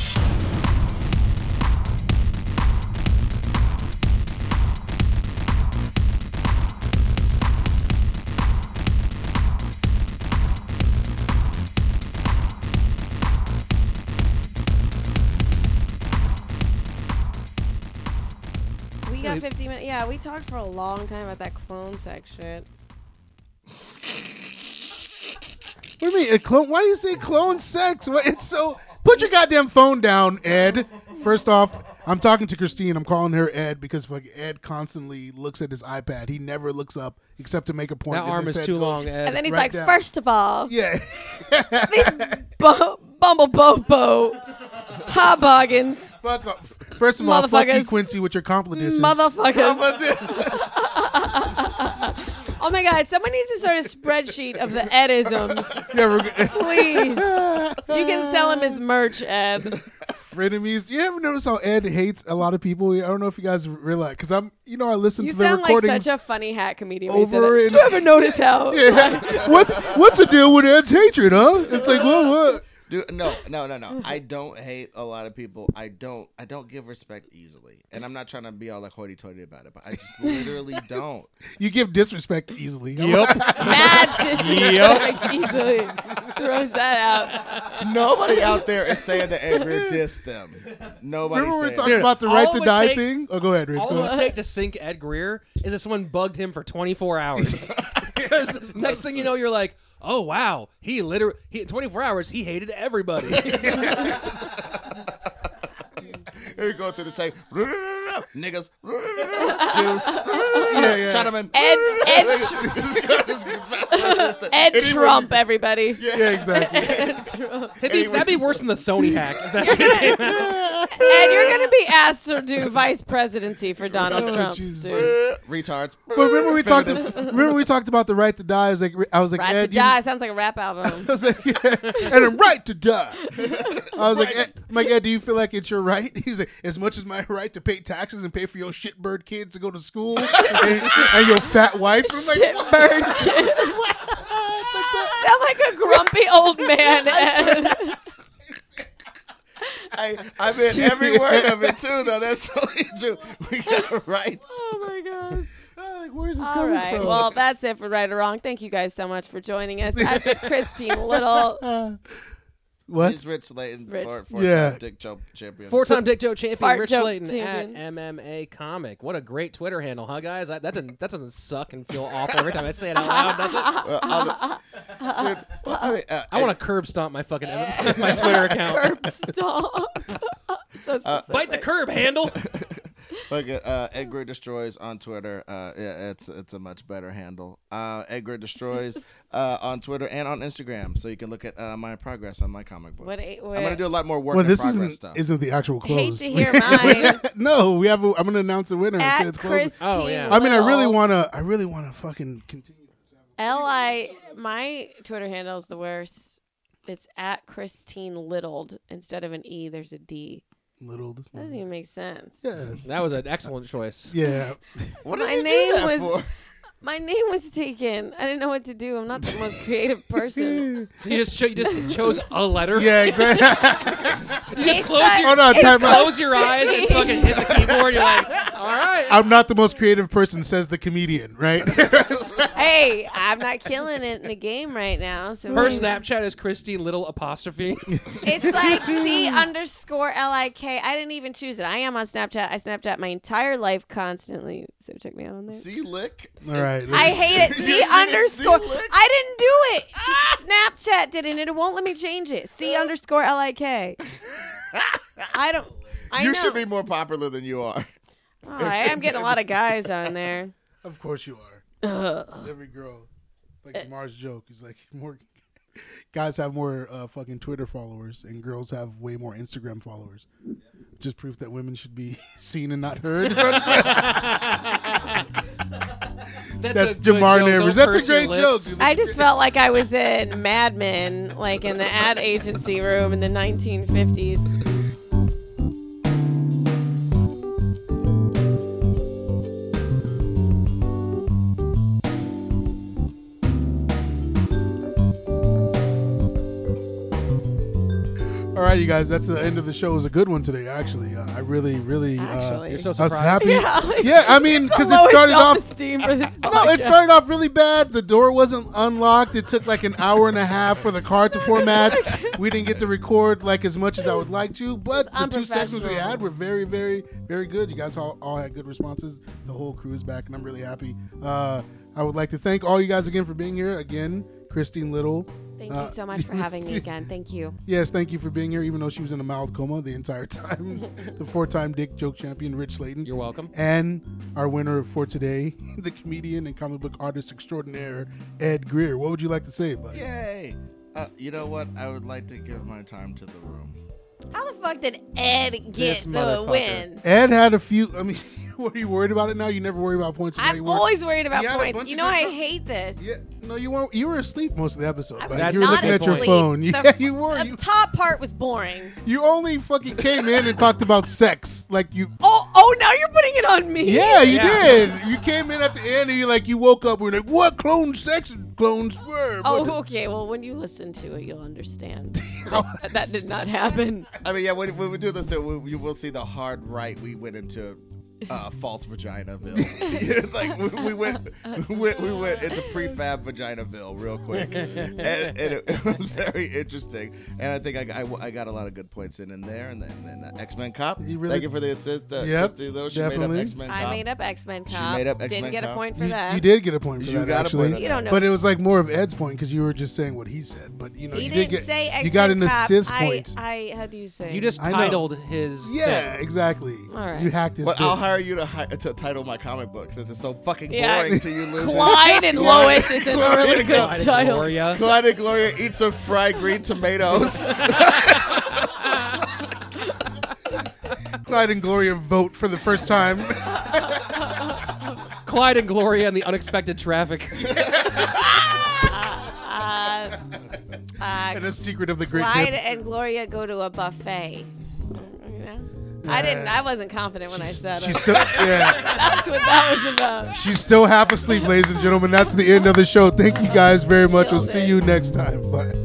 [SPEAKER 2] We got 50 minutes. Yeah, we talked for a long time about that clone section.
[SPEAKER 1] What do you mean? A clone? Why do you say clone sex? What? It's so. Put your goddamn phone down, Ed. First off, I'm talking to Christine. I'm calling her Ed because fucking Ed constantly looks at his iPad. He never looks up except to make a point.
[SPEAKER 3] That
[SPEAKER 1] and
[SPEAKER 3] arm
[SPEAKER 1] his
[SPEAKER 3] is
[SPEAKER 1] head
[SPEAKER 3] too
[SPEAKER 1] goes-
[SPEAKER 3] long, Ed.
[SPEAKER 2] And then he's
[SPEAKER 1] Right
[SPEAKER 2] like,
[SPEAKER 1] down.
[SPEAKER 2] first of all,
[SPEAKER 1] Yeah.
[SPEAKER 2] bu- Bumble Bobo, Hobboggins,
[SPEAKER 1] Fuck off. First of all, fuck you,
[SPEAKER 2] Motherfuckers.
[SPEAKER 1] Quincy, with your compliments.
[SPEAKER 2] motherfuckers.
[SPEAKER 4] But this-
[SPEAKER 2] Oh my God, someone needs to start a spreadsheet of the Edisms.
[SPEAKER 1] Yeah, we're good.
[SPEAKER 2] Please. You can sell him as merch, Ed.
[SPEAKER 1] frenemies. You ever notice how Ed hates a lot of people? I don't know if you guys realize because I'm, you know, I listen
[SPEAKER 2] You
[SPEAKER 1] to the
[SPEAKER 2] sound like
[SPEAKER 1] recordings.
[SPEAKER 2] such a funny hat comedian.
[SPEAKER 1] Over
[SPEAKER 2] Over
[SPEAKER 1] and-
[SPEAKER 2] you ever notice how?
[SPEAKER 1] yeah. What's what's the deal with Ed's hatred, huh? It's like what what.
[SPEAKER 4] Dude, no, no, no, no. I don't hate a lot of people. I don't. I don't give respect easily, and I'm not trying to be all like hoity-toity about it, but I just literally don't.
[SPEAKER 1] You give disrespect easily.
[SPEAKER 2] Mad disrespect easily throws that out.
[SPEAKER 4] Nobody out there is saying that Edgar dissed them. Nobody.
[SPEAKER 1] Remember we were
[SPEAKER 4] said
[SPEAKER 1] talking
[SPEAKER 4] it.
[SPEAKER 1] about the
[SPEAKER 3] all
[SPEAKER 1] right
[SPEAKER 3] it
[SPEAKER 1] to
[SPEAKER 3] would
[SPEAKER 1] die
[SPEAKER 3] take-
[SPEAKER 1] thing? Oh, go ahead, Rich.
[SPEAKER 3] All
[SPEAKER 1] Go
[SPEAKER 3] it would
[SPEAKER 1] ahead.
[SPEAKER 3] take to sink Ed Greer is if someone bugged him for 24 hours. Because next thing you know, you're like, oh wow, he literally he, 24 hours he hated everybody.
[SPEAKER 4] Here we go through the tape. Niggas. Jews. Chinamen.
[SPEAKER 2] Ed, Ed, Ed
[SPEAKER 4] Anyway,
[SPEAKER 2] Trump, everybody.
[SPEAKER 1] Yeah, exactly.
[SPEAKER 3] It'd be- that'd be worse than the Sony hack. if that shit came out.
[SPEAKER 6] and you're gonna be asked to do vice presidency for Donald
[SPEAKER 1] Oh,
[SPEAKER 6] Trump.
[SPEAKER 1] Jesus.
[SPEAKER 6] Dude.
[SPEAKER 4] Retards.
[SPEAKER 1] But remember we talked.
[SPEAKER 4] Feminists.
[SPEAKER 1] Remember we talked about the right to die. I was like, I was like,
[SPEAKER 6] Ride
[SPEAKER 1] Ed,
[SPEAKER 6] to
[SPEAKER 1] you-
[SPEAKER 6] Die sounds like a rap album.
[SPEAKER 1] I was like, yeah, and I'm right to die. I was like, Ed, I'm like, Ed, do you feel like it's your right? He's like, as much as my right to pay taxes and pay for your shitbird kids to go to school and, and your fat wife. I'm like,
[SPEAKER 6] Shit bird kid. Sound like a grumpy old man. Ed.
[SPEAKER 4] I, I meant every word of it too, though. That's totally true. We got rights.
[SPEAKER 6] oh my gosh.
[SPEAKER 1] "Oh, like, where's this
[SPEAKER 6] All
[SPEAKER 1] coming
[SPEAKER 6] right.
[SPEAKER 1] from?
[SPEAKER 6] Well, that's it for Right or Wrong. Thank you guys so much for joining us. I've been Christine Little.
[SPEAKER 1] Uh, what?
[SPEAKER 4] He's Rich Layton,
[SPEAKER 6] Rich.
[SPEAKER 4] four, four
[SPEAKER 1] Yeah.
[SPEAKER 4] time Dick Joe champion.
[SPEAKER 3] Four-time Dick Joe champion
[SPEAKER 6] Fart
[SPEAKER 3] Rich
[SPEAKER 6] joke
[SPEAKER 3] Slayton
[SPEAKER 6] champion.
[SPEAKER 3] at MMA Comic. What a great Twitter handle, huh, guys? I, that doesn't that doesn't suck and feel awful every time I say it out loud, does it?
[SPEAKER 4] Uh, all the- Dude, well, I mean, uh,
[SPEAKER 3] I want to curb stomp my fucking my Twitter account.
[SPEAKER 6] Stop. so specific.
[SPEAKER 3] Bite the curb handle.
[SPEAKER 4] Look at uh, Ed Greer Destroys on Twitter. Uh, yeah, it's it's a much better handle. Uh, Ed Greer Destroys uh, on Twitter and on Instagram, so you can look at uh, my progress on my comic book.
[SPEAKER 6] What a- what
[SPEAKER 4] I'm
[SPEAKER 6] a-
[SPEAKER 4] gonna do a lot more work.
[SPEAKER 1] Well,
[SPEAKER 4] in
[SPEAKER 1] this
[SPEAKER 4] progress
[SPEAKER 1] isn't
[SPEAKER 4] stuff.
[SPEAKER 1] isn't the actual
[SPEAKER 6] Hate
[SPEAKER 1] close.
[SPEAKER 6] to hear mine.
[SPEAKER 1] no, we have. A, I'm gonna announce a winner and say
[SPEAKER 6] At
[SPEAKER 1] it's close.
[SPEAKER 6] Christine
[SPEAKER 3] Oh, yeah.
[SPEAKER 1] I mean, I really
[SPEAKER 6] Little.
[SPEAKER 1] wanna. I really wanna fucking continue.
[SPEAKER 6] L I my Twitter handle is the worst. It's at Christine Littled instead of an E. There's a D.
[SPEAKER 1] Little.
[SPEAKER 6] That doesn't even make sense.
[SPEAKER 1] Yeah.
[SPEAKER 3] That was an excellent choice.
[SPEAKER 1] Yeah.
[SPEAKER 4] what
[SPEAKER 6] my
[SPEAKER 4] did you
[SPEAKER 6] name
[SPEAKER 4] do that
[SPEAKER 6] was-
[SPEAKER 4] for?
[SPEAKER 6] My name was taken. I didn't know what to do. I'm not the most creative person.
[SPEAKER 3] You just cho- you just chose a letter.
[SPEAKER 1] Yeah. Exactly.
[SPEAKER 3] You just
[SPEAKER 6] It's
[SPEAKER 3] close
[SPEAKER 6] not-
[SPEAKER 3] your
[SPEAKER 1] Hold on. Time out.
[SPEAKER 3] close your eyes and fucking hit the keyboard. You're like, all right.
[SPEAKER 1] I'm not the most creative person, says the comedian, right?
[SPEAKER 6] hey, I'm not killing it in the game right now. So
[SPEAKER 3] Her Snapchat is Christy Little apostrophe.
[SPEAKER 6] It's like C underscore L I K. I didn't even choose it. I am on Snapchat. I Snapchat my entire life constantly. So check me out on there.
[SPEAKER 4] C lick.
[SPEAKER 1] All right.
[SPEAKER 6] I hate it.
[SPEAKER 4] You
[SPEAKER 6] C
[SPEAKER 4] seen a
[SPEAKER 6] underscore.
[SPEAKER 4] C lick?
[SPEAKER 6] I didn't do it. Snapchat did it, and it won't let me change it. C underscore L I K. I don't. I
[SPEAKER 4] You
[SPEAKER 6] know.
[SPEAKER 4] should be more popular than you are.
[SPEAKER 6] Oh, I am getting a lot of guys on there.
[SPEAKER 1] Of course you are. Every girl, like the Mars joke, is like more guys have more uh, fucking Twitter followers, and girls have way more Instagram followers. Just proof that women should be seen and not heard. Is what I'm saying. That's
[SPEAKER 3] a good
[SPEAKER 1] Jamar
[SPEAKER 3] joke.
[SPEAKER 1] Neighbors.
[SPEAKER 3] Don't
[SPEAKER 1] That's a
[SPEAKER 3] purse your
[SPEAKER 1] great
[SPEAKER 3] lips.
[SPEAKER 1] joke, dude.
[SPEAKER 6] I just felt like I was in Mad Men, like in the ad agency room in the 1950s.
[SPEAKER 1] All right, you guys, that's the end of the show. It was a good one today, actually. Uh, I really, really, uh,
[SPEAKER 6] Actually.
[SPEAKER 3] You're so
[SPEAKER 1] I was
[SPEAKER 3] surprised.
[SPEAKER 1] happy.
[SPEAKER 6] Yeah,
[SPEAKER 1] Yeah,
[SPEAKER 6] like-
[SPEAKER 1] I mean, because
[SPEAKER 6] Lowest
[SPEAKER 1] it started off
[SPEAKER 6] self-esteem for this
[SPEAKER 1] No,
[SPEAKER 6] podcast.
[SPEAKER 1] it started off really bad. The door wasn't unlocked. It took like an hour and a half for the card to format. We didn't get to record like as much as I would like to, but the two sections we
[SPEAKER 6] unprofessional.
[SPEAKER 1] had were very, very, very good. You guys all, all had good responses. The whole crew is back, and I'm really happy. Uh, I would like to thank all you guys again for being here. Again, Christine Little.
[SPEAKER 6] Thank you so much for
[SPEAKER 1] Uh,
[SPEAKER 6] having me again. Thank you.
[SPEAKER 1] Yes, thank you for being here, even though she was in a mild coma the entire time. the four-time Dick Joke Champion, Rich Slayton.
[SPEAKER 3] You're welcome.
[SPEAKER 1] And our winner for today, the comedian and comic book artist extraordinaire, Ed Greer. What would you like to say, buddy?
[SPEAKER 4] Yay! Uh, you know what? I would like to give my time to the room.
[SPEAKER 6] How the fuck did Ed
[SPEAKER 3] This
[SPEAKER 6] get the
[SPEAKER 3] motherfucker.
[SPEAKER 6] win?
[SPEAKER 1] Ed had a few. I mean, were you worried about it now? You never worry about points. and now you
[SPEAKER 6] I'm
[SPEAKER 1] weren't.
[SPEAKER 6] always worried about
[SPEAKER 1] You had a bunch
[SPEAKER 6] points. You
[SPEAKER 1] of
[SPEAKER 6] know I
[SPEAKER 1] different-
[SPEAKER 6] hate this.
[SPEAKER 1] Yeah, no, you weren't. You were asleep most of the episode.
[SPEAKER 6] I
[SPEAKER 1] Like,
[SPEAKER 3] was
[SPEAKER 1] you were
[SPEAKER 3] not
[SPEAKER 1] looking at your
[SPEAKER 3] asleep.
[SPEAKER 1] phone.
[SPEAKER 6] The
[SPEAKER 1] Yeah,
[SPEAKER 6] f-
[SPEAKER 1] you were.
[SPEAKER 6] The
[SPEAKER 1] You,
[SPEAKER 6] top part was boring.
[SPEAKER 1] you only fucking came in and talked about sex. Like you.
[SPEAKER 6] Oh, oh! Now you're putting it on me.
[SPEAKER 1] Yeah, you
[SPEAKER 3] Yeah.
[SPEAKER 1] did. You came in at the end and you like you woke up. We were like, what clone sex and clone sperm? What the-
[SPEAKER 6] Oh, okay. Well, when you listen to it, you'll understand. that, that did not happen.
[SPEAKER 4] I mean, yeah, when, when we do this, uh, we, you will see the hard right we went into. Uh, false vagina bill. like we, we went, we, went- we went into prefab vagina bill real quick, and, and it, it was very interesting. And I think I, I, I got a lot of good points in in there. And then, then the X Men cop.
[SPEAKER 1] You really-
[SPEAKER 4] Thank you for the assist. Uh,
[SPEAKER 1] Yep,
[SPEAKER 4] Christy Little. She made
[SPEAKER 1] definitely.
[SPEAKER 4] up X Men cop.
[SPEAKER 6] I made up X Men Cop.
[SPEAKER 4] made up X-Men
[SPEAKER 6] Didn't get
[SPEAKER 4] Cop.
[SPEAKER 6] a point for
[SPEAKER 1] You,
[SPEAKER 6] that.
[SPEAKER 1] you did get a point for
[SPEAKER 4] You
[SPEAKER 1] that.
[SPEAKER 4] got a
[SPEAKER 1] actually.
[SPEAKER 4] point on
[SPEAKER 6] You don't know.
[SPEAKER 1] But it was like more of Ed's point because you were just saying what he said. But you know,
[SPEAKER 6] he
[SPEAKER 1] you
[SPEAKER 6] didn't
[SPEAKER 1] did get
[SPEAKER 6] say X Men
[SPEAKER 1] you got an
[SPEAKER 6] Cop.
[SPEAKER 1] assist
[SPEAKER 6] I-
[SPEAKER 1] point.
[SPEAKER 6] I, how do you say?
[SPEAKER 3] You just
[SPEAKER 1] I know.
[SPEAKER 3] titled his.
[SPEAKER 1] yeah, exactly.
[SPEAKER 6] All right.
[SPEAKER 1] You hacked his.
[SPEAKER 4] But
[SPEAKER 1] dick.
[SPEAKER 4] I'll hire you to, hi- to title my comic book since it's so fucking
[SPEAKER 6] Yeah.
[SPEAKER 4] boring to you losing.
[SPEAKER 6] Clyde and Lois is a really good
[SPEAKER 3] Titled
[SPEAKER 6] title.
[SPEAKER 3] Gloria.
[SPEAKER 4] Clyde and Gloria eat some fried green tomatoes.
[SPEAKER 1] Clyde and Gloria vote for the first time.
[SPEAKER 3] Clyde and Gloria and the unexpected traffic.
[SPEAKER 6] Uh, uh,
[SPEAKER 1] and a secret of the great
[SPEAKER 6] Clyde
[SPEAKER 1] Nip.
[SPEAKER 6] and Gloria go to a buffet. Yeah. I didn't. I wasn't confident when I said
[SPEAKER 1] She's
[SPEAKER 6] it.
[SPEAKER 1] still, yeah,
[SPEAKER 6] That's what that was about.
[SPEAKER 1] she's still half asleep, ladies and gentlemen. That's the end of the show. Thank you guys very much. We'll see you next time. Bye.